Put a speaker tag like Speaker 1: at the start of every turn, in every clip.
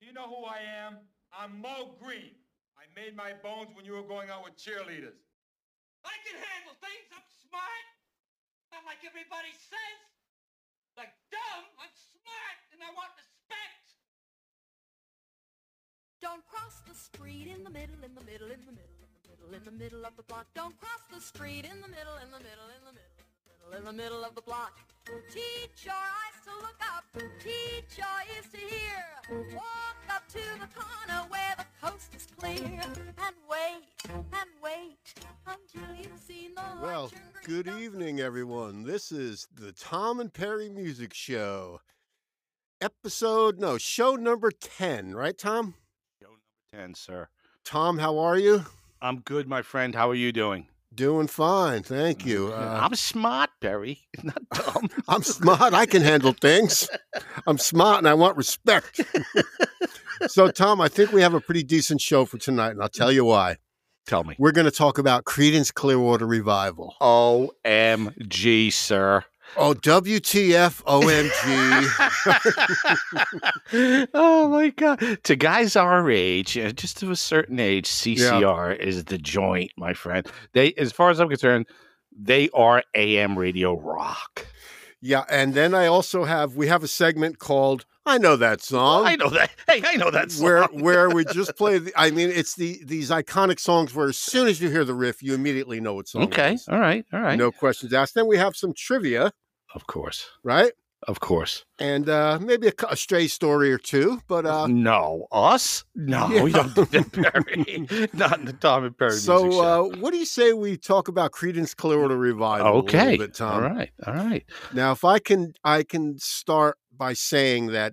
Speaker 1: you know who I am? I'm Mo Green. I made my bones when you were going out with cheerleaders.
Speaker 2: I can handle things. I'm smart. Not like everybody says. Like dumb, I'm smart, and I want respect.
Speaker 3: Don't cross the street in the middle, in the middle, in the middle, in the middle, in the middle of the block. Don't cross the street in the middle, in the middle, in the middle, in the middle, in the middle of the block. Teach your eyes to look up. Teach your ears to hear. Walk up to the corner where the coast is clear. And wait, and wait until you've seen the light
Speaker 4: Well,
Speaker 3: turn green.
Speaker 4: good
Speaker 3: Don't
Speaker 4: evening, everyone. This is the Tom and Perry Music Show, episode, no, show number 10, right, Tom?
Speaker 5: 10, sir.
Speaker 4: Tom, how are you?
Speaker 5: I'm good, my friend. How are you doing?
Speaker 4: Doing fine, thank you. Uh,
Speaker 5: I'm smart, Perry. Not dumb.
Speaker 4: I'm smart. I can handle things. I'm smart and I want respect. so, Tom, I think we have a pretty decent show for tonight, and I'll tell you why.
Speaker 5: Tell me.
Speaker 4: We're going to talk about Credence Clearwater Revival.
Speaker 5: OMG, sir.
Speaker 4: Oh, WTF, OMG.
Speaker 5: oh my God. To guys our age, uh, just to a certain age, CCR is the joint, my friend. They, as far as I'm concerned, they are AM radio rock.
Speaker 4: Yeah, and then I also have we have a segment called I know that song.
Speaker 5: I know that. Hey, I know that song.
Speaker 4: Oh. where where we just play the, I mean it's the these iconic songs where as soon as you hear the riff you immediately know what song. it
Speaker 5: okay.
Speaker 4: is.
Speaker 5: All right. All right.
Speaker 4: No questions asked. Then we have some trivia,
Speaker 5: Of course.
Speaker 4: right?
Speaker 5: Of course.
Speaker 4: And uh maybe a, cou- a stray story or two, but uh
Speaker 5: no, us? No,
Speaker 4: Yeah.
Speaker 5: we don't do that, Perry. Not in the Tom and Perry music
Speaker 4: so
Speaker 5: show.
Speaker 4: uh, what do you say we talk about Credence Clearwater Revival a
Speaker 5: okay.
Speaker 4: little bit, Tom?
Speaker 5: All right. All right.
Speaker 4: Now, if I can, I can start by saying that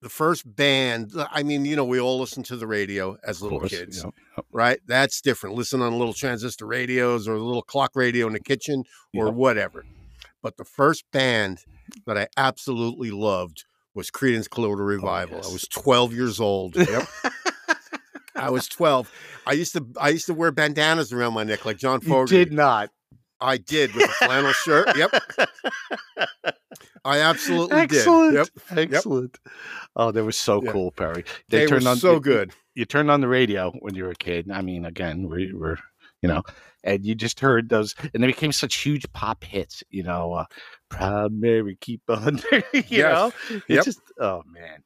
Speaker 4: the first band. uh, I mean, you know, we all listen to the radio as little
Speaker 5: Of course,
Speaker 4: kids,
Speaker 5: you know.
Speaker 4: right? That's different. Listen on little transistor radios or a little clock radio in the kitchen or
Speaker 5: Yep.
Speaker 4: whatever. But the first band that I absolutely loved was Creedence Clearwater Revival. I
Speaker 5: Oh, yes.
Speaker 4: was 12 years old. Yep. I was 12. I used to I used to wear bandanas around my neck like John
Speaker 5: You
Speaker 4: Fogerty.
Speaker 5: did not.
Speaker 4: I did with a flannel shirt. Yep. I absolutely
Speaker 5: Excellent.
Speaker 4: did. Yep.
Speaker 5: Excellent. Oh, they were so
Speaker 4: Yeah.
Speaker 5: cool, Perry.
Speaker 4: They,
Speaker 5: They,
Speaker 4: were
Speaker 5: turned on
Speaker 4: so
Speaker 5: you-
Speaker 4: good.
Speaker 5: You turned on the radio when you were a kid. I mean, again, we were, you know, and you just heard those, and they became such huge pop hits. You know, uh, "Proud Mary, Keep on." you know, it's
Speaker 4: Yep.
Speaker 5: just oh man,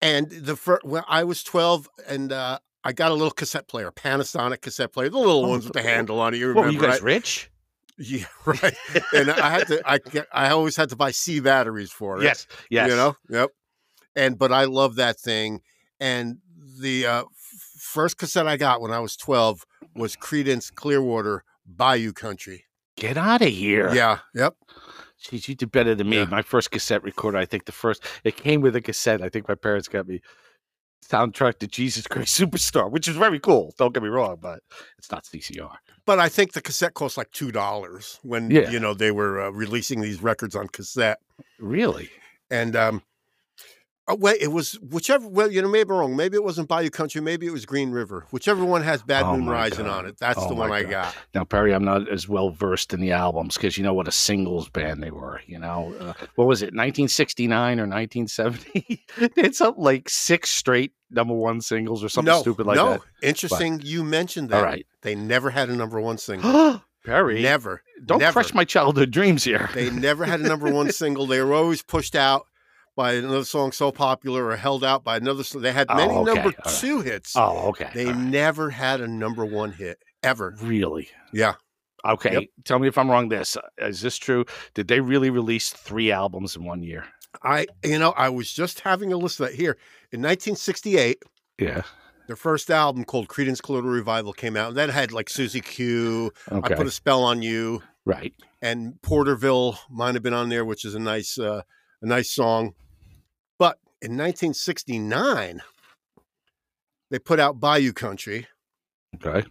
Speaker 4: And the first, when I was 12 and uh, I got a little cassette player, Panasonic cassette player, the little
Speaker 5: Oh,
Speaker 4: ones with the
Speaker 5: th-
Speaker 4: handle on it. You
Speaker 5: What,
Speaker 4: remember,
Speaker 5: were you guys
Speaker 4: right?
Speaker 5: rich?
Speaker 4: yeah, right. and I had to, I, ca- I always had to buy C batteries for it.
Speaker 5: Yes, yes.
Speaker 4: You know? Yep. And, but I love that thing. And the uh, f- first cassette I got when I was 12 was Credence Clearwater Bayou Country.
Speaker 5: get out of here.
Speaker 4: Yeah. Yep.
Speaker 5: Jeez, you did better than me.
Speaker 4: Yeah.
Speaker 5: My first cassette recorder, I think the first, it came with a cassette. I think my parents got me soundtrack to Jesus Christ Superstar, which is very cool. Don't get me wrong, but it's not CCR.
Speaker 4: But I think the cassette cost like two dollars when
Speaker 5: Yeah.
Speaker 4: you know they were uh, releasing these records on cassette,
Speaker 5: Really?
Speaker 4: and um, uh, well, it was whichever. Well, you know, maybe I'm wrong. Maybe it wasn't Bayou Country. Maybe it was Green River. Whichever one has Bad
Speaker 5: Oh
Speaker 4: Moon
Speaker 5: my
Speaker 4: Rising
Speaker 5: God.
Speaker 4: on it. That's
Speaker 5: Oh
Speaker 4: the
Speaker 5: my
Speaker 4: one I
Speaker 5: God.
Speaker 4: got.
Speaker 5: Now, Perry, I'm not as well versed in the albums because you know what a singles band they were. You know, uh, what was it, 1969 or 1970? they had something like six straight number one singles or something
Speaker 4: no,
Speaker 5: stupid like
Speaker 4: no.
Speaker 5: that.
Speaker 4: Interesting. You mentioned that.
Speaker 5: All right.
Speaker 4: They never had a number one single.
Speaker 5: Perry,
Speaker 4: never.
Speaker 5: don't
Speaker 4: never.
Speaker 5: crush my childhood dreams here.
Speaker 4: They never had a number one single. They were always pushed out by another song so popular or held out by another. So they had
Speaker 5: Oh,
Speaker 4: many
Speaker 5: okay.
Speaker 4: number
Speaker 5: All right.
Speaker 4: two hits.
Speaker 5: oh, okay.
Speaker 4: They
Speaker 5: all right.
Speaker 4: never had a number one hit ever.
Speaker 5: Really?
Speaker 4: Yeah.
Speaker 5: Okay.
Speaker 4: Yep.
Speaker 5: Tell me if I'm wrong. This uh, is this true? Did they really release three albums in one year?
Speaker 4: I, you know, I was just having a list of that here. In 1968,
Speaker 5: Yeah.
Speaker 4: their first album called Credence Clearwater Revival came out. And that had like Susie Q, I
Speaker 5: Okay.
Speaker 4: Put a Spell on You,
Speaker 5: right.
Speaker 4: and Porterville might have been on there, which is a nice, uh, a nice song. But in 1969, they put out Bayou Country,
Speaker 5: Okay.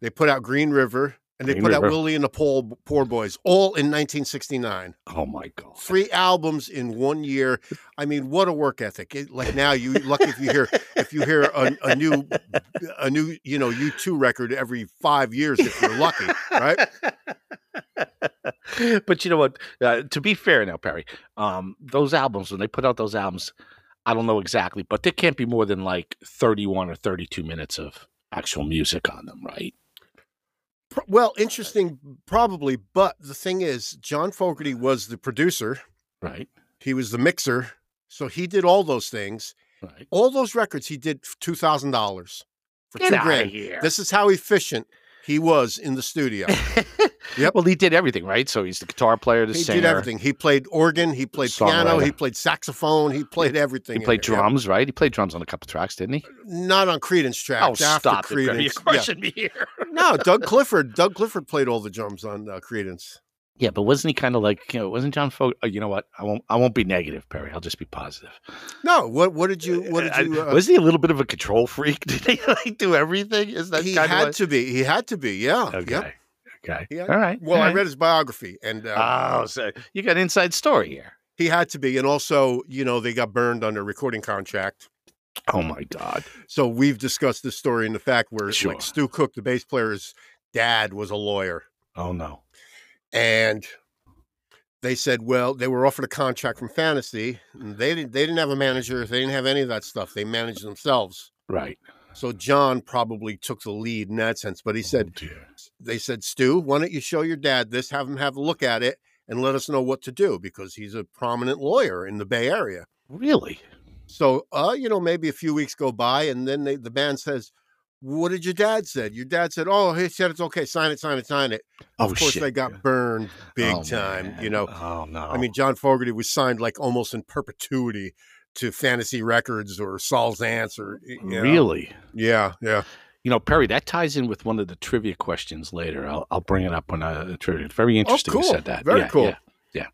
Speaker 4: they put out Green River, and they
Speaker 5: Green
Speaker 4: put out
Speaker 5: River.
Speaker 4: Willie and the Poor, Poor Boys, all in 1969.
Speaker 5: Oh my god.
Speaker 4: three albums in one year. I mean, what a work ethic! It- like now, you lucky if you hear if you hear a, a new a new you know U two record every five years if you're lucky, right?
Speaker 5: but you know what? Uh, to be fair now, Perry, um, those albums when they put out those albums, I don't know exactly, but there can't be more than like 31 or 32 minutes of actual music on them, right?
Speaker 4: Pro- Well, interesting, probably. But the thing is, John Fogerty was the producer.
Speaker 5: Right.
Speaker 4: He was the mixer. So he did all those things.
Speaker 5: Right.
Speaker 4: All those records he did for two thousand dollars for
Speaker 5: Get
Speaker 4: two
Speaker 5: outta
Speaker 4: grand.
Speaker 5: here.
Speaker 4: This is how efficient he was in the studio. Yep.
Speaker 5: Well, he did everything, right? So he's the guitar player, the
Speaker 4: he
Speaker 5: singer.
Speaker 4: did everything. He played organ. He played piano.
Speaker 5: Songwriter.
Speaker 4: He played saxophone. He played everything.
Speaker 5: He
Speaker 4: in
Speaker 5: played
Speaker 4: there. Yep.
Speaker 5: drums, right? He played drums on a couple tracks, didn't he?
Speaker 4: Not on Credence tracks.
Speaker 5: oh,
Speaker 4: after
Speaker 5: stop it, Barry. You're
Speaker 4: Credence. Yeah.
Speaker 5: crushing me here.
Speaker 4: No, Doug Clifford. Doug Clifford played all the drums on uh, Credence.
Speaker 5: Yeah, but wasn't he kind of like, you know, wasn't John Fogerty? you know what? I won't I won't be negative, Perry. I'll just be positive.
Speaker 4: No, what what did you what did
Speaker 5: I-
Speaker 4: you? Uh,
Speaker 5: wasn't he a little bit of a control freak? Did he like do everything? Is that
Speaker 4: he
Speaker 5: kind
Speaker 4: had
Speaker 5: of
Speaker 4: to be. He had to be. Yeah.
Speaker 5: what- Okay.
Speaker 4: Yep.
Speaker 5: Okay.
Speaker 4: Yeah.
Speaker 5: All right.
Speaker 4: Well,
Speaker 5: all
Speaker 4: I
Speaker 5: right.
Speaker 4: read his biography, and uh,
Speaker 5: Oh, so you got an inside story here.
Speaker 4: he had to be. And also, you know, they got burned on their recording contract.
Speaker 5: Oh my God.
Speaker 4: So we've discussed this story in the fact where
Speaker 5: Sure.
Speaker 4: like Stu Cook, the bass player's dad, was a lawyer,
Speaker 5: Oh no.
Speaker 4: and they said, well, they were offered a contract from Fantasy, and they didn't. They didn't have a manager. They didn't have any of that stuff. They managed themselves.
Speaker 5: Right.
Speaker 4: So John probably took the lead in that sense. But he said,
Speaker 5: Oh, dear.
Speaker 4: they said, Stu, why don't you show your dad this, have him have a look at it, and let us know what to do because he's a prominent lawyer in the Bay Area.
Speaker 5: Really?
Speaker 4: So, uh, you know, maybe a few weeks go by, and then they, the band says, What did your dad said? Your dad said, Oh, he said it's okay, sign it, sign it, sign it.
Speaker 5: Oh
Speaker 4: Of course,
Speaker 5: shit.
Speaker 4: they got burned big
Speaker 5: Oh,
Speaker 4: time, you
Speaker 5: man.
Speaker 4: know.
Speaker 5: Oh no.
Speaker 4: I mean, John Fogerty was signed like almost in perpetuity to Fantasy Records or Saul's Ants or you know.
Speaker 5: really.
Speaker 4: Yeah, yeah.
Speaker 5: You know, Perry, that ties in with one of the trivia questions later. I'll, I'll bring it up when I trivia. Oh, Very interesting
Speaker 4: cool.
Speaker 5: you said that.
Speaker 4: Very
Speaker 5: Yeah,
Speaker 4: cool.
Speaker 5: yeah.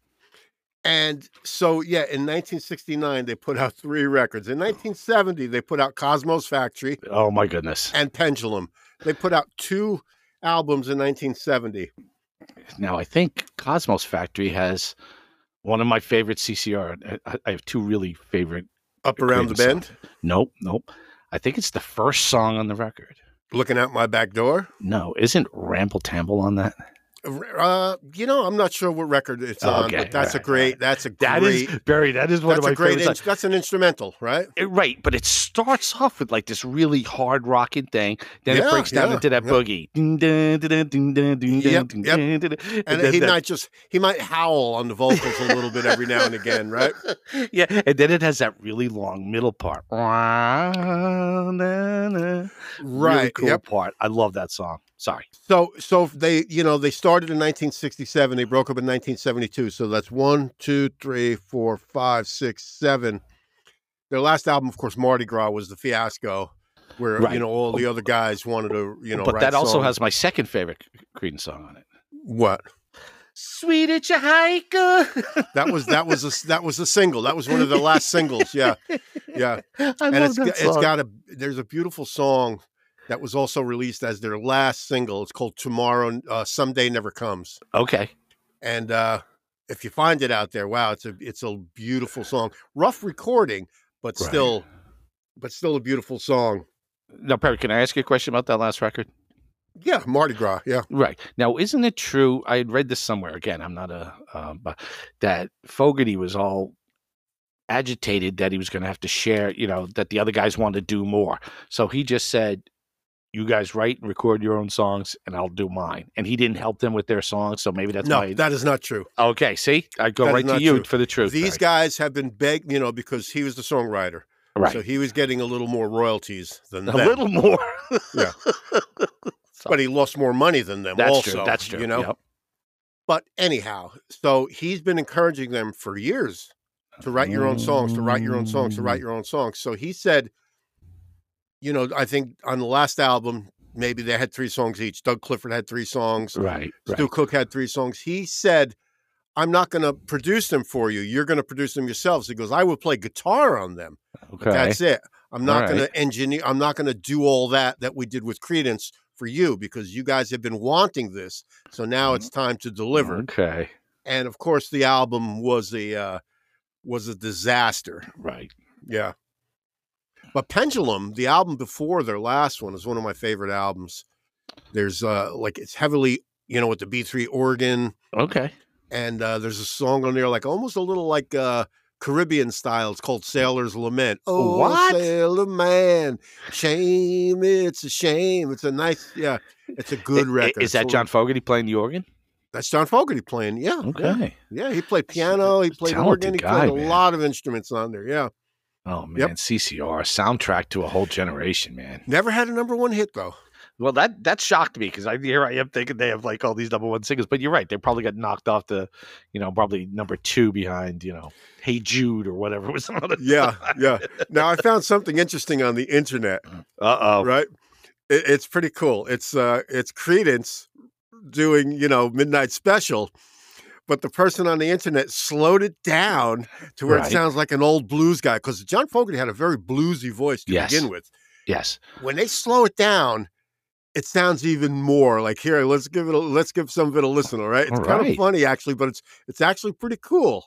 Speaker 4: And so, yeah, in 1969, they put out three records. In 1970, they put out Cosmos Factory
Speaker 5: Oh my goodness.
Speaker 4: and Pendulum. They put out two albums in 1970.
Speaker 5: Now I think Cosmos Factory has one of my favorite CCR. I, I have two really favorite.
Speaker 4: Up Around the
Speaker 5: Agreed,
Speaker 4: Bend,
Speaker 5: Nope, nope. I think it's the first song on the record.
Speaker 4: Looking Out My Back Door.
Speaker 5: No, isn't Ramble Tamble on that?
Speaker 4: Uh, you know, I'm not sure what record it's on,
Speaker 5: Okay,
Speaker 4: but that's a
Speaker 5: right,
Speaker 4: great,
Speaker 5: right.
Speaker 4: that's a
Speaker 5: That is
Speaker 4: great,
Speaker 5: Barry. That is one
Speaker 4: that's
Speaker 5: of
Speaker 4: a
Speaker 5: my
Speaker 4: great,
Speaker 5: favorite.
Speaker 4: in,
Speaker 5: songs.
Speaker 4: that's an instrumental, right?
Speaker 5: Uh, Right, but it starts off with like this really hard rocking thing. Then
Speaker 4: Yeah,
Speaker 5: it breaks down
Speaker 4: yeah,
Speaker 5: into that
Speaker 4: yeah.
Speaker 5: boogie. Dun, dun, dun, dun, dun, dun, dun,
Speaker 4: Yep,
Speaker 5: dun,
Speaker 4: yep.
Speaker 5: dun, dun, dun.
Speaker 4: And
Speaker 5: then
Speaker 4: he
Speaker 5: that-
Speaker 4: might just, he might howl on the vocals a little bit every now and again, right?
Speaker 5: yeah, and then it has that really long middle part. Right. Really
Speaker 4: Right.
Speaker 5: cool
Speaker 4: yep.
Speaker 5: part. I love that song. Sorry.
Speaker 4: So, so they, you know, they started in 1967. They broke up in 1972. So that's one, two, three, four, five, six, seven. Their last album, of course, Mardi Gras was the fiasco, where
Speaker 5: Right.
Speaker 4: you know all the other guys wanted to, you know,
Speaker 5: but
Speaker 4: write
Speaker 5: that also
Speaker 4: songs.
Speaker 5: has my second favorite Creedence song on it.
Speaker 4: what
Speaker 5: Sweet at your hiker.
Speaker 4: that was. That was a s- that was a single. That was one of the last singles. Yeah, yeah.
Speaker 5: I
Speaker 4: and
Speaker 5: love
Speaker 4: it's
Speaker 5: that
Speaker 4: g- it's
Speaker 5: song.
Speaker 4: got a there's a beautiful song that was also released as their last single. It's called Tomorrow, uh, Someday Never Comes.
Speaker 5: okay.
Speaker 4: and uh, if you find it out there, wow, it's a it's a beautiful song. Rough recording, but
Speaker 5: Right.
Speaker 4: still, but still a beautiful song.
Speaker 5: Now, Perry, can I ask you a question about that last record?
Speaker 4: Yeah, Mardi Gras. Yeah,
Speaker 5: Right. Now, isn't it true? I had read this somewhere. Again, I'm not a, um, but that Fogarty was all agitated that he was going to have to share, you know, that the other guys wanted to do more. So he just said, you guys write and record your own songs and I'll do mine. And he didn't help them with their songs. So maybe that's
Speaker 4: no,
Speaker 5: why.
Speaker 4: that is not true.
Speaker 5: okay. See, I go
Speaker 4: that is
Speaker 5: right to
Speaker 4: not
Speaker 5: you
Speaker 4: true.
Speaker 5: for the truth.
Speaker 4: These
Speaker 5: Barry.
Speaker 4: guys have been begged, you know, because he was the songwriter,
Speaker 5: right.
Speaker 4: so he was getting a little more royalties than
Speaker 5: a
Speaker 4: them,
Speaker 5: little more.
Speaker 4: Yeah. but he lost more money than them.
Speaker 5: That's
Speaker 4: also,
Speaker 5: true. That's true.
Speaker 4: You know,
Speaker 5: Yep.
Speaker 4: but anyhow, so he's been encouraging them for years to write your own songs, to write your own songs, to
Speaker 5: Mm.
Speaker 4: write your own songs. So he said, you know, I think on the last album, maybe they had three songs each. Doug Clifford had three songs,
Speaker 5: Right. right.
Speaker 4: Stu Cook had three songs. He said, I'm not going to produce them for you. You're going to produce them yourselves. He goes, I will play guitar on them.
Speaker 5: Okay.
Speaker 4: That's it. I'm not
Speaker 5: All
Speaker 4: going
Speaker 5: right.
Speaker 4: to engineer. I'm not going to do all that that we did with Credence for you because you guys have been wanting this. So
Speaker 5: Mm-hmm.
Speaker 4: now it's time to deliver
Speaker 5: Okay.
Speaker 4: and of course the album was a uh, was a disaster.
Speaker 5: Right.
Speaker 4: Yeah. But Pendulum, the album before their last one, is one of my favorite albums. There's uh like it's heavily, you know, with the B3 organ,
Speaker 5: Okay.
Speaker 4: and uh, there's a song on there like almost a little like uh Caribbean style. It's called Sailor's Lament. Oh,
Speaker 5: What?
Speaker 4: Sailor Man, shame! It's a shame. It's a nice, yeah. It's a good
Speaker 5: I- i-
Speaker 4: record.
Speaker 5: Is that
Speaker 4: So-
Speaker 5: John Fogerty playing the organ?
Speaker 4: That's John Fogerty playing. Yeah, yeah.
Speaker 5: Okay.
Speaker 4: Yeah, he played piano. He played
Speaker 5: Talented
Speaker 4: organ. He
Speaker 5: guy,
Speaker 4: played a
Speaker 5: man.
Speaker 4: lot of instruments on there. Yeah,
Speaker 5: Oh man,
Speaker 4: Yep.
Speaker 5: CCR soundtrack to a whole generation, man.
Speaker 4: never had a number one hit though.
Speaker 5: Well, that that shocked me because I here I am thinking they have like all these number one singles, but you're right. They probably got knocked off the, you know, probably number two behind, you know, Hey Jude or whatever was on it.
Speaker 4: Yeah, yeah. Now I found something interesting on the internet.
Speaker 5: Uh oh.
Speaker 4: Right, it, it's pretty cool. It's uh, it's Credence doing you know midnight special. But the person on the internet slowed it down to where
Speaker 5: Right.
Speaker 4: it sounds like an old blues guy because John Fogerty had a very bluesy voice to
Speaker 5: Yes.
Speaker 4: begin with.
Speaker 5: Yes.
Speaker 4: when they slow it down, it sounds even more like here. Let's give it. A, let's give some of it a listen. All right, it's
Speaker 5: All
Speaker 4: kind of
Speaker 5: right.
Speaker 4: funny actually, but it's it's actually pretty cool.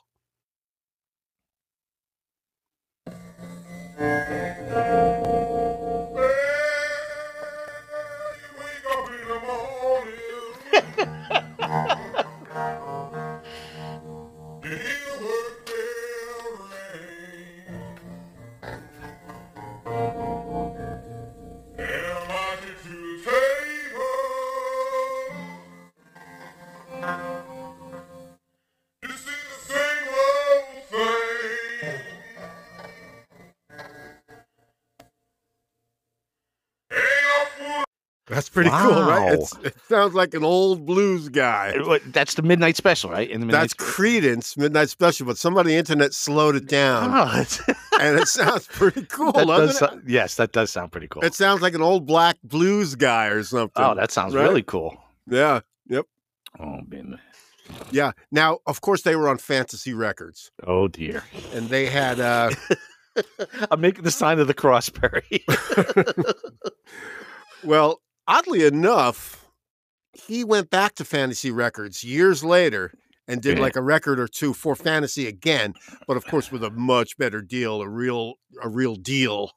Speaker 4: That's pretty cool, right? It's, it sounds like an old blues guy.
Speaker 5: Uh, what- That's the midnight special, right? In the midnight
Speaker 4: That's Credence Midnight Special, but somebody on the internet slowed it down,
Speaker 5: Oh, it's-
Speaker 4: and it sounds pretty cool.
Speaker 5: that
Speaker 4: doesn't
Speaker 5: does
Speaker 4: it?
Speaker 5: sou- yes, that does sound pretty cool.
Speaker 4: It sounds like an old black blues guy or something.
Speaker 5: oh, that sounds
Speaker 4: right?
Speaker 5: really cool.
Speaker 4: yeah,
Speaker 5: Oh man.
Speaker 4: yeah. Now, of course, they were on Fantasy Records,
Speaker 5: Oh dear.
Speaker 4: and they had uh,
Speaker 5: I'm making the sign of the cross, Perry.
Speaker 4: Well, oddly enough, he went back to Fantasy Records years later and did
Speaker 5: Yeah.
Speaker 4: like a record or two for Fantasy again, but of course with a much better deal, a real a real deal.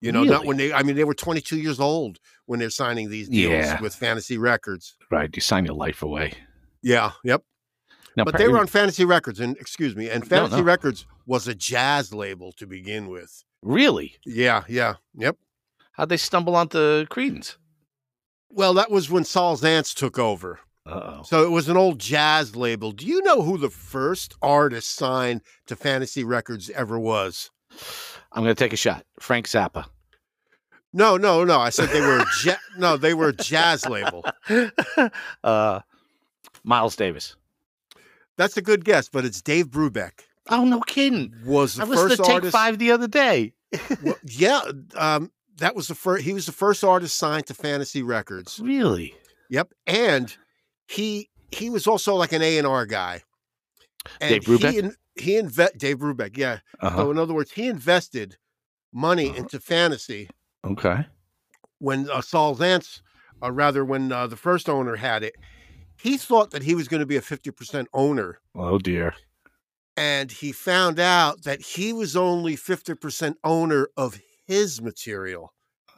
Speaker 4: You know, not
Speaker 5: Really?
Speaker 4: when they I mean they were 22 years old when they're signing these deals
Speaker 5: Yeah.
Speaker 4: with Fantasy Records.
Speaker 5: right. You sign your life away.
Speaker 4: Yeah, yep.
Speaker 5: Now,
Speaker 4: But
Speaker 5: Perry-
Speaker 4: they were on Fantasy Records and excuse me, and
Speaker 5: No,
Speaker 4: Fantasy
Speaker 5: no.
Speaker 4: Records was a jazz label to begin with.
Speaker 5: really.
Speaker 4: Yeah, yeah. Yep.
Speaker 5: How'd they stumble onto Credence?
Speaker 4: Well, that was when Saul Zance took over.
Speaker 5: Uh oh.
Speaker 4: So it was an old jazz label. Do you know who the first artist signed to Fantasy Records ever was?
Speaker 5: I'm gonna take a shot. Frank Zappa.
Speaker 4: No, no, no. I said they were a ja- no, they were a jazz label.
Speaker 5: uh, Miles Davis.
Speaker 4: That's a good guess, but it's Dave Brubeck
Speaker 5: Oh no, kidding!
Speaker 4: was the
Speaker 5: I listened
Speaker 4: first
Speaker 5: to Take
Speaker 4: artist.
Speaker 5: Five the other day.
Speaker 4: Well, yeah, um, that was the first. He was the first artist signed to Fantasy Records.
Speaker 5: Really?
Speaker 4: Yep, and he he was also like an A and R guy.
Speaker 5: Dave Brubeck?
Speaker 4: He, in, he inve- Dave Brubeck. Yeah. So in other words, he invested money
Speaker 5: Uh-huh.
Speaker 4: into Fantasy.
Speaker 5: Okay.
Speaker 4: when uh, Saul Zantz, uh, rather when uh, the first owner had it, he thought that he was going to be a 50% owner.
Speaker 5: Oh dear.
Speaker 4: And he found out that he was only 50% owner of his material.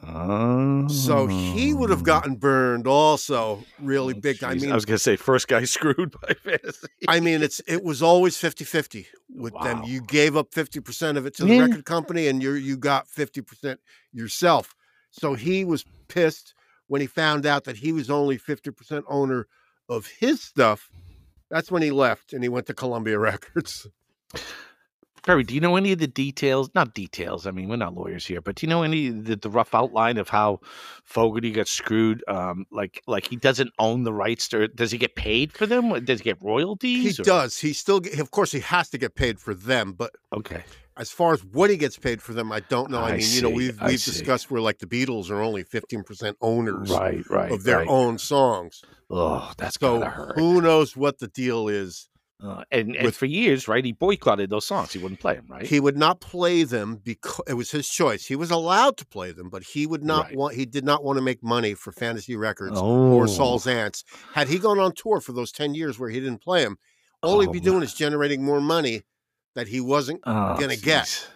Speaker 5: Oh.
Speaker 4: So he would
Speaker 5: Hmm.
Speaker 4: have gotten burned also really big. I mean,
Speaker 5: I was gonna say first guy screwed by fantasy.
Speaker 4: I mean, it's it was always 50-50 with them.
Speaker 5: Wow.
Speaker 4: You gave up 50% of it to the
Speaker 5: Yeah.
Speaker 4: record company and you you got 50% yourself. So he was pissed when he found out that he was only 50% owner of his stuff. That's when he left and he went to Columbia Records.
Speaker 5: Perry, do you know any of the details? Not details. I mean, we're not lawyers here, but do you know any the, the rough outline of how Fogarty got screwed? Um, like like he doesn't own the rights to. Does he get paid for them? Or Does he get
Speaker 4: He
Speaker 5: royalties? or-
Speaker 4: does. He still get- of course he has to get paid for them, but
Speaker 5: Okay.
Speaker 4: as far as what he gets paid for them, I don't know. I,
Speaker 5: I
Speaker 4: mean, you know,
Speaker 5: see,
Speaker 4: we've
Speaker 5: I
Speaker 4: we've
Speaker 5: see.
Speaker 4: discussed where like the Beatles are only 15% owners
Speaker 5: Right. Right.
Speaker 4: of their
Speaker 5: right.
Speaker 4: own songs.
Speaker 5: Oh, that's
Speaker 4: So
Speaker 5: gotta hurt.
Speaker 4: who knows what the deal is?
Speaker 5: Uh, and, and
Speaker 4: With-
Speaker 5: for years, right, he boycotted those songs. He wouldn't play them, right?
Speaker 4: He would not play them because it was his choice. He was allowed to play them, but he would not
Speaker 5: Right.
Speaker 4: want. He did not want to make money for Fantasy Records
Speaker 5: oh,
Speaker 4: or Saul's Ants. Had he gone on tour for those ten years where he didn't play them, all he'd be
Speaker 5: Oh,
Speaker 4: doing is generating more money that he wasn't gonna get.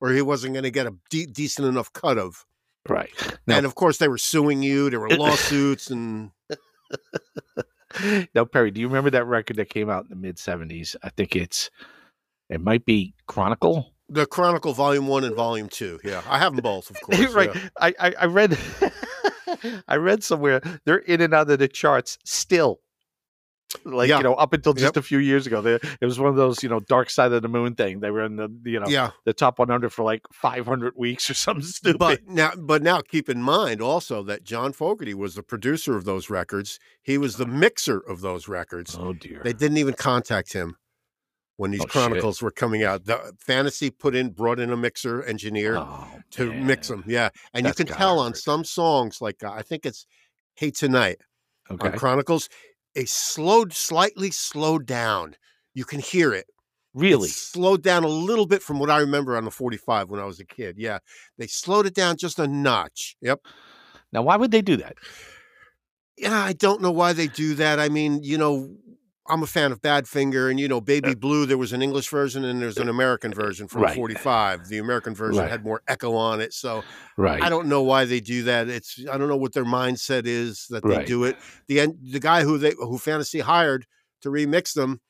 Speaker 4: or he wasn't going to get a de- decent enough cut of.
Speaker 5: right now.
Speaker 4: And of course, they were suing you. There were lawsuits, and
Speaker 5: now, Perry, do you remember that record that came out in the mid '70s? I think it's It might be Chronicle.
Speaker 4: The Chronicle Volume One and Volume Two. Yeah, I have them both, of course.
Speaker 5: right.
Speaker 4: yeah.
Speaker 5: I, I I read I read somewhere they're in and out of the charts still. Like
Speaker 4: Yeah.
Speaker 5: you know, up until just
Speaker 4: Yep.
Speaker 5: a few years ago, they, it was one of those you know dark side of the moon thing. They were in the you know
Speaker 4: yeah.
Speaker 5: the top 100 for like 500 weeks or something stupid.
Speaker 4: But now, but now, keep in mind also that John Fogerty was the producer of those records. He was the mixer of those records.
Speaker 5: Uh-huh. oh dear,
Speaker 4: They didn't even contact him when these
Speaker 5: Oh, shit.
Speaker 4: chronicles were coming out. The Fantasy put in brought in a mixer engineer
Speaker 5: Oh,
Speaker 4: to mix
Speaker 5: man.
Speaker 4: them. Yeah, and
Speaker 5: That's
Speaker 4: you can
Speaker 5: gotta
Speaker 4: tell on
Speaker 5: hurt.
Speaker 4: some songs, like uh, I think it's "Hey Tonight"
Speaker 5: Okay.
Speaker 4: on Chronicles, it slowed slightly slowed down. You can hear it. It's
Speaker 5: really?
Speaker 4: slowed down a little bit from what I remember on the 45 when I was a kid. Yeah, they slowed it down just a notch. Yep.
Speaker 5: Now, why would they do that?
Speaker 4: Yeah, I don't know why they do that. I mean, you know, I'm a fan of Badfinger, and you know, Baby Blue. There was an English version and there's an American version from
Speaker 5: Right.
Speaker 4: 45. The American version
Speaker 5: Right.
Speaker 4: had more echo on it, so
Speaker 5: Right.
Speaker 4: I don't know why they do that. It's I don't know what their mindset is that they
Speaker 5: Right.
Speaker 4: do it. The end, the guy who they who Fantasy hired to remix them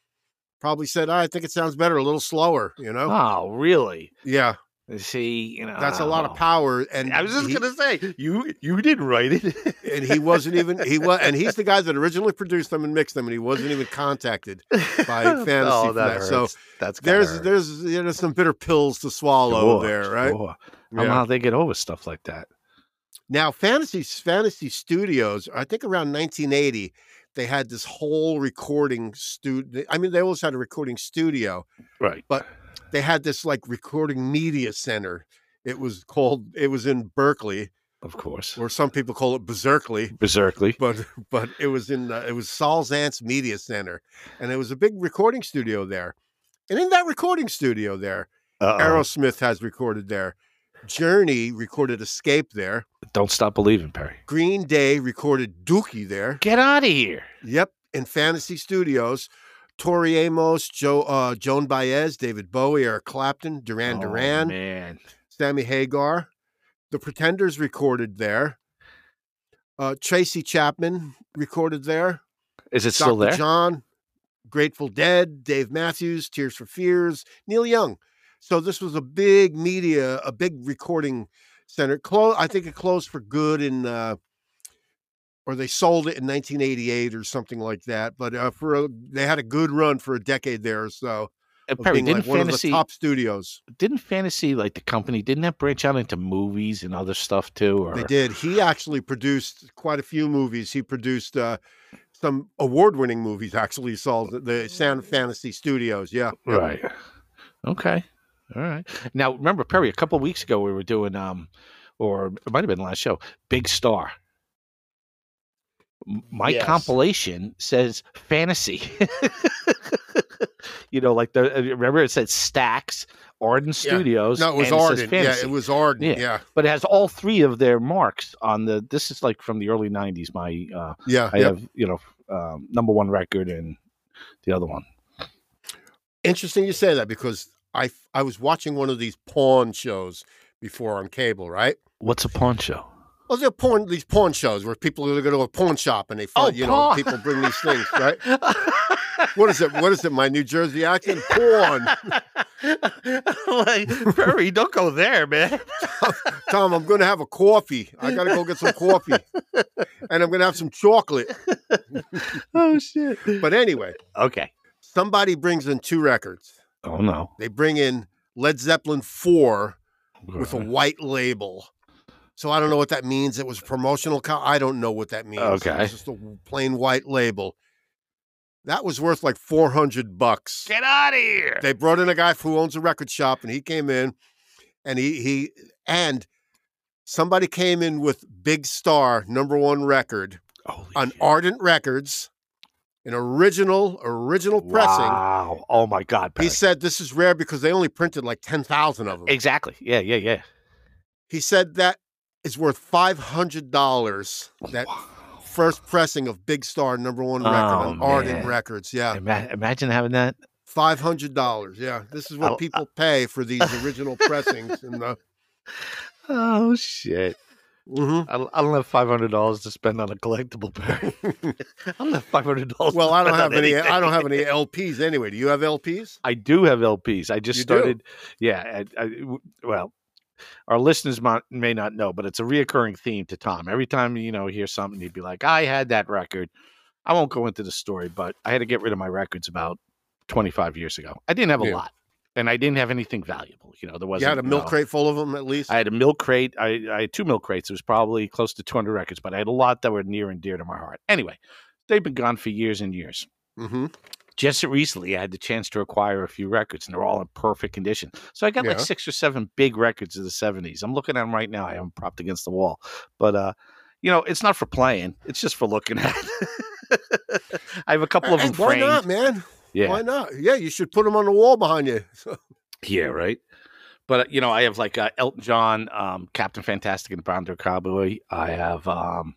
Speaker 4: probably said, "I think it sounds better, a little slower." You know?
Speaker 5: Oh, really?
Speaker 4: yeah,
Speaker 5: You See, you know,
Speaker 4: that's a lot of
Speaker 5: oh.
Speaker 4: power. And
Speaker 5: I was just
Speaker 4: he,
Speaker 5: gonna say, you you didn't write it.
Speaker 4: and he wasn't even he was and he's the guy that originally produced them and mixed them, and he wasn't even contacted. by fantasy for that. So
Speaker 5: Oh, that's gotta
Speaker 4: There's
Speaker 5: hurt.
Speaker 4: there's you know some bitter pills to swallow
Speaker 5: Sure,
Speaker 4: there, right?
Speaker 5: sure. I don't know
Speaker 4: Yeah.
Speaker 5: how they get over stuff like that.
Speaker 4: Now, Fantasy Fantasy Studios, I think around 1980, they had this whole recording studio. I mean, they always had a recording studio.
Speaker 5: Right.
Speaker 4: But- They had this like recording media center. It was called. It was in Berkeley,
Speaker 5: of course.
Speaker 4: or some people call it Berserkly.
Speaker 5: Berserkly.
Speaker 4: but but it was in uh, it was Saul Zant's Media Center, and it was a big recording studio there. And in that recording studio there,
Speaker 5: Uh-oh.
Speaker 4: Aerosmith has recorded there. Journey recorded Escape there.
Speaker 5: Don't stop believing, Perry.
Speaker 4: Green Day recorded Dookie there.
Speaker 5: Get out of here.
Speaker 4: Yep, in Fantasy Studios. Tori Amos, Joe, uh, Joan Baez, David Bowie, Eric Clapton, Duran
Speaker 5: Oh,
Speaker 4: Duran,
Speaker 5: man.
Speaker 4: Sammy Hagar. The Pretenders recorded there. Uh, Tracy Chapman recorded there.
Speaker 5: Is it still
Speaker 4: Dr.
Speaker 5: there?
Speaker 4: John, Grateful Dead, Dave Matthews, Tears for Fears, Neil Young. So this was a big media, a big recording center. Close, I think it closed for good in, uh, or they sold it in 1988 or something like that. But uh, for a, they had a good run for a decade there or so.
Speaker 5: Uh,
Speaker 4: of
Speaker 5: Perry,
Speaker 4: being
Speaker 5: didn't
Speaker 4: like one
Speaker 5: fantasy
Speaker 4: of the top studios.
Speaker 5: didn't fantasy like the company didn't that branch out into movies and other stuff too? Or
Speaker 4: They did. He actually produced quite a few movies. He produced uh, some award-winning movies. Actually, sold at the Sound Fantasy Studios. Yeah, yeah.
Speaker 5: Right. Okay. All right. Now remember, Perry, a couple weeks ago we were doing um or it might have been the last show, Big Star. M- My
Speaker 4: Yes.
Speaker 5: compilation says fantasy. you know, like the uh, remember it said stacks, Arden Studios.
Speaker 4: No, it was
Speaker 5: and says
Speaker 4: Arden. Yeah,
Speaker 5: fantasy.
Speaker 4: it was Arden.
Speaker 5: Yeah.
Speaker 4: Yeah, yeah.
Speaker 5: but it has all three of their marks on the this is like from the early nineties, my uh I
Speaker 4: yeah.
Speaker 5: have, you know, um, number one record and the other one.
Speaker 4: Interesting you say that because I I was watching one of these porn shows before on cable, right?
Speaker 5: What's a pawn show?
Speaker 4: Well, they're porn these porn shows where people go to a pawn shop and they
Speaker 5: Oh,
Speaker 4: find you know
Speaker 5: porn.
Speaker 4: people bring these things, right? What is it? What is it? My New Jersey accent? Porn,
Speaker 5: like, Perry, don't go there, man.
Speaker 4: Tom. I'm going to have a coffee. I got to go get some coffee, and I'm going to have some chocolate.
Speaker 5: oh shit.
Speaker 4: But anyway,
Speaker 5: Okay.
Speaker 4: somebody brings in two records.
Speaker 5: Oh no.
Speaker 4: They bring in Led Zeppelin four with a white label. So I don't know what that means. It was promotional. Co- I don't know what that means.
Speaker 5: Okay.
Speaker 4: it's just a w- plain white label. That was worth like four hundred bucks.
Speaker 5: Get out of here.
Speaker 4: They brought in a guy who owns a record shop, and he came in, and he he and somebody came in with Big Star number one record
Speaker 5: Holy
Speaker 4: on
Speaker 5: shit.
Speaker 4: Ardent Records, an original original pressing.
Speaker 5: Wow. Oh my God, Perry.
Speaker 4: He said this is rare because they only printed like ten thousand of them.
Speaker 5: exactly. Yeah, yeah, yeah.
Speaker 4: He said that is worth five hundred dollars. That
Speaker 5: Oh, Wow.
Speaker 4: first pressing of Big Star number one record
Speaker 5: Oh,
Speaker 4: on Arden
Speaker 5: man.
Speaker 4: Records. Yeah,
Speaker 5: Ima- imagine having that.
Speaker 4: five hundred dollars. Yeah, this is
Speaker 5: I'll-
Speaker 4: what people pay for these original pressings. And the,
Speaker 5: Oh shit.
Speaker 4: hmm
Speaker 5: I don't, I don't have five hundred dollars to spend on a collectible pair. I don't have five hundred dollars.
Speaker 4: Well, I don't have any. I don't have any LPs anyway. Do you have LPs?
Speaker 5: I do have LPs. I just
Speaker 4: You do?
Speaker 5: started. Yeah. I, I- w- well, our listeners might, may not know, but it's a reoccurring theme to Tom. Every time you know hear something, he'd be like, "I had that record." I won't go into the story, but I had to get rid of my records about twenty five years ago. I didn't have a
Speaker 4: Yeah.
Speaker 5: lot, and I didn't have anything valuable. You know, there wasn't
Speaker 4: You had a milk
Speaker 5: no-
Speaker 4: crate full of them at least.
Speaker 5: I had a milk crate. I, I had two milk crates. It was probably close to 200 records, but I had a lot that were near and dear to my heart. Anyway, they've been gone for years and years.
Speaker 4: hmm
Speaker 5: Just recently, I had the chance to acquire a few records, and they're all in perfect condition. So I got like
Speaker 4: Yeah.
Speaker 5: six or seven big records of the 70s. I'm looking at them right now. I have them propped against the wall. But, uh, you know, it's not for playing, it's just for looking at. I have a couple of them
Speaker 4: And why
Speaker 5: framed.
Speaker 4: not, man?
Speaker 5: Yeah.
Speaker 4: Why not? Yeah, you should put them on the wall behind you.
Speaker 5: Yeah, right. But uh, you know, I have like uh, Elton John, um, Captain Fantastic, and the Brown Deer Cowboy. I have um,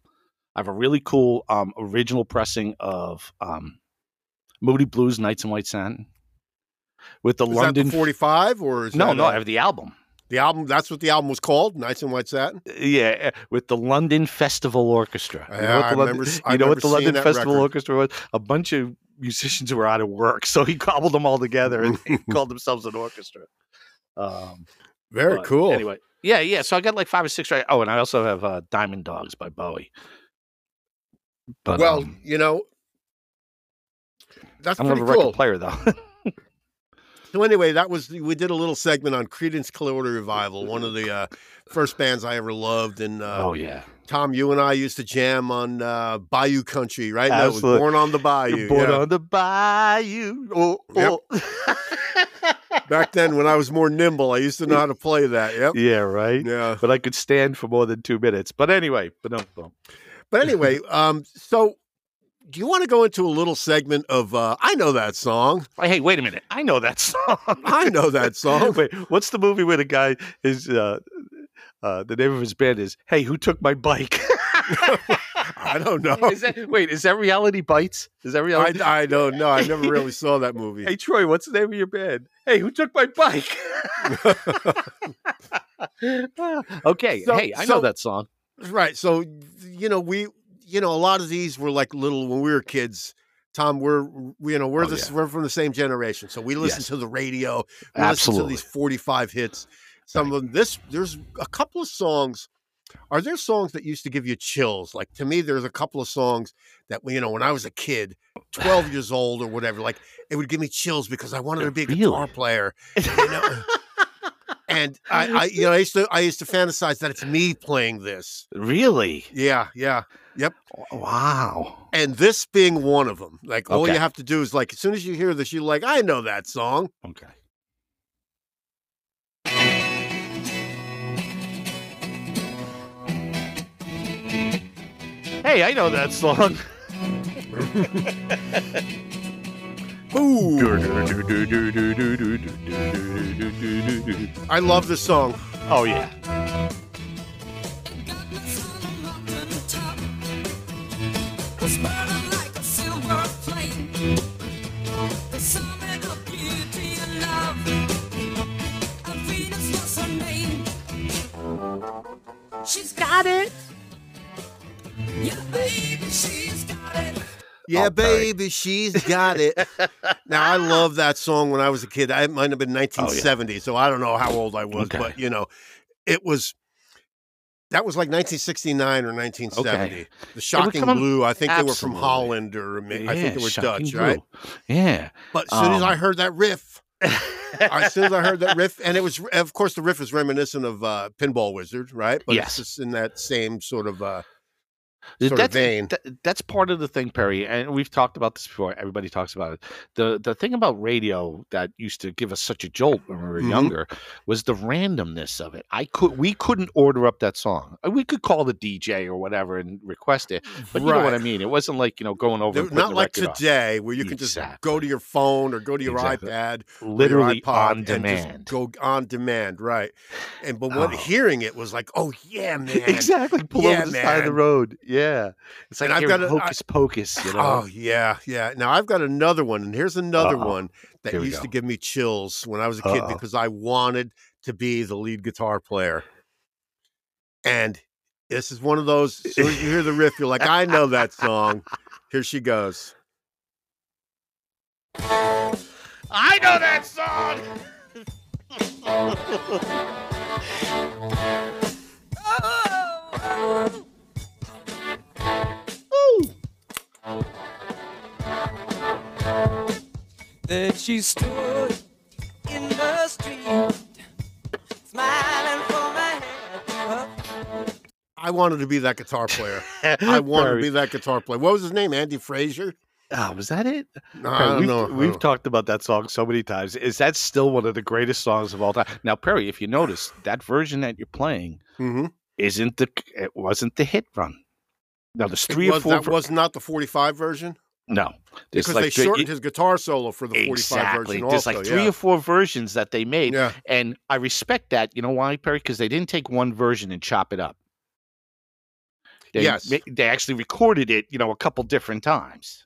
Speaker 5: I have a really cool um, original pressing of um, Moody Blues, Nights in White Satin, with the
Speaker 4: Is
Speaker 5: London.
Speaker 4: that the 45 or is
Speaker 5: no,
Speaker 4: that,
Speaker 5: no,
Speaker 4: uh,
Speaker 5: I have the album.
Speaker 4: the album. That's what the album was called. Nice and White Satin.
Speaker 5: Yeah, uh, with the London Festival Orchestra. You
Speaker 4: Yeah,
Speaker 5: know what
Speaker 4: I
Speaker 5: the, London,
Speaker 4: remember s- I
Speaker 5: you know what
Speaker 4: remember
Speaker 5: the
Speaker 4: seeing
Speaker 5: London
Speaker 4: that
Speaker 5: Festival
Speaker 4: record.
Speaker 5: Orchestra was? A bunch of musicians who were out of work, so he cobbled them all together and they called themselves an orchestra. Um,
Speaker 4: Very
Speaker 5: But
Speaker 4: cool.
Speaker 5: Anyway, yeah, yeah. So I got like five or six. Right. Oh, and I also have uh, Diamond Dogs by Bowie. But
Speaker 4: well,
Speaker 5: um,
Speaker 4: you know, that's
Speaker 5: I don't have a
Speaker 4: pretty
Speaker 5: record
Speaker 4: cool.
Speaker 5: player though.
Speaker 4: So anyway, that was we did a little segment on Credence Clearwater Revival, one of the uh, first bands I ever loved, and uh,
Speaker 5: oh yeah,
Speaker 4: Tom, you and I used to jam on uh, Bayou Country, right? That was
Speaker 5: Absolutely.
Speaker 4: Born on the Bayou.
Speaker 5: you're born
Speaker 4: yeah.
Speaker 5: on the bayou. Oh,
Speaker 4: Yep.
Speaker 5: oh.
Speaker 4: Back then, when I was more nimble, I used to know how to play that. Yep.
Speaker 5: yeah, right.
Speaker 4: Yeah.
Speaker 5: But I could stand for more than two minutes. But anyway, but no, no.
Speaker 4: But anyway, um, so do you want to go into a little segment of uh, I know that song?
Speaker 5: Like, hey, wait a minute. I know that song.
Speaker 4: I know that song.
Speaker 5: Wait, what's the movie where the guy is? Uh, uh, the name of his band is "Hey, who took my bike?"
Speaker 4: I don't know.
Speaker 5: Is that wait? Is that Reality Bites? Is that
Speaker 4: I,
Speaker 5: Reality?
Speaker 4: I don't know. I never really saw that movie.
Speaker 5: hey Troy, what's the name of your band? Hey, who took my bike? okay,
Speaker 4: So-
Speaker 5: hey, I
Speaker 4: so-
Speaker 5: know that song.
Speaker 4: Right. So you know, we you know, a lot of these were like little when we were kids. Tom, we're we- you know we're
Speaker 5: Oh,
Speaker 4: the, we're from the same generation, so we listen
Speaker 5: Yes.
Speaker 4: to the radio. We
Speaker 5: Absolutely.
Speaker 4: listen to these forty-five hits. Some of them. This there's a couple of songs. Are there songs that used to give you chills? Like to me, there's a couple of songs that you know when I was a kid, twelve years old or whatever. Like it would give me chills because I wanted to be a guitar
Speaker 5: Really?
Speaker 4: player. You know? and I, I, you know, I used to I used to fantasize that it's me playing this.
Speaker 5: Really?
Speaker 4: Yeah, yeah.
Speaker 5: Wow.
Speaker 4: And this being one of them. Like all you
Speaker 5: Okay.
Speaker 4: have to do is like as soon as you hear this, you're like, I know that song.
Speaker 5: Okay. Hey, I know that song.
Speaker 4: Ooh. I love this song.
Speaker 5: Oh yeah.
Speaker 3: Got my son on rotten top. Was burning like a silver flame. The summit of beauty and love. And Venus was her name. She's got it. Yeah, baby, she's got it.
Speaker 4: Yeah,
Speaker 5: Oh, very-
Speaker 4: baby, she's got it. now I love that song when I was a kid. I it might have been 1970, so I don't know how old I was,
Speaker 5: Oh, Okay.
Speaker 4: but you know, it was that was like 1969 or 1970.
Speaker 5: Okay.
Speaker 4: The Shocking
Speaker 5: come-
Speaker 4: Blue, I think they were
Speaker 5: Absolutely.
Speaker 4: from Holland or ma- I think they
Speaker 5: Yeah,
Speaker 4: were
Speaker 5: Shocking
Speaker 4: Dutch, right?
Speaker 5: Blue. Yeah.
Speaker 4: But as soon as I
Speaker 5: Um,
Speaker 4: heard that riff, as soon as I heard that riff, and it was, of course, the riff is reminiscent of uh, Pinball Wizard, right? But
Speaker 5: Yes.
Speaker 4: it's just in that same sort of uh,
Speaker 5: Th-
Speaker 4: sort
Speaker 5: that's,
Speaker 4: of vein.
Speaker 5: th- that's part of the thing, Perry, and we've talked about this before. Everybody talks about it. the The thing about radio that used to give us such a jolt when we were
Speaker 4: Mhm.
Speaker 5: younger was the randomness of it. I could we couldn't order up that song. Uh, We could call the DJ or whatever and request it, but you know what I
Speaker 4: Right.
Speaker 5: mean. It wasn't like you know going over.
Speaker 4: They're
Speaker 5: and putting
Speaker 4: not
Speaker 5: the
Speaker 4: like
Speaker 5: record on.
Speaker 4: today where you can just go to
Speaker 5: Exactly.
Speaker 4: your phone or go to your
Speaker 5: Exactly.
Speaker 4: iPad, or your
Speaker 5: literally
Speaker 4: iPod
Speaker 5: on
Speaker 4: and just
Speaker 5: demand.
Speaker 4: go on demand, right? And but what
Speaker 5: Oh.
Speaker 4: hearing it was like, oh yeah, man,
Speaker 5: Exactly. Pull
Speaker 4: Yeah,
Speaker 5: over the side of the
Speaker 4: man.
Speaker 5: road. Yeah. It's like
Speaker 4: And I've
Speaker 5: hearing
Speaker 4: got a- I-
Speaker 5: hocus pocus. You know.
Speaker 4: Oh yeah, yeah. Now I've got another one, and here's another
Speaker 5: Uh-oh.
Speaker 4: one that
Speaker 5: Here we
Speaker 4: used to
Speaker 5: go.
Speaker 4: give me chills when I was a kid
Speaker 5: Uh-oh.
Speaker 4: because I wanted to be the lead guitar player. And This is one of those. As soon as you hear the riff, you're like, I know that song. Here she goes.
Speaker 5: I know that song.
Speaker 6: that she stood in the street, smiling from my head to her
Speaker 4: I wanted to be that guitar player. I wanted to be that guitar player. What was his name? Andy Frazier?
Speaker 5: Ah, was that it?
Speaker 4: No, I don't
Speaker 5: we've,
Speaker 4: know. I
Speaker 5: We've
Speaker 4: don't-
Speaker 5: talked about that song so many times. Is that still one of the greatest songs of all time? Now, Perry, if you notice, that version that you're playing
Speaker 4: Mhm.
Speaker 5: isn't the it wasn't the hit run. Now there's
Speaker 4: It
Speaker 5: three or
Speaker 4: was-
Speaker 5: four.
Speaker 4: that
Speaker 5: ver-
Speaker 4: was not the 45 version
Speaker 5: no, there's
Speaker 4: because
Speaker 5: like
Speaker 4: they
Speaker 5: three-
Speaker 4: shortened his guitar solo for the 45
Speaker 5: exactly.
Speaker 4: version.
Speaker 5: There's
Speaker 4: also,
Speaker 5: like three or four versions that they made,
Speaker 4: yeah.
Speaker 5: and I respect that. You know why, Perry? Because they didn't take one version and chop it up. They,
Speaker 4: Yes.
Speaker 5: ma- they actually recorded it. You know, a couple different times,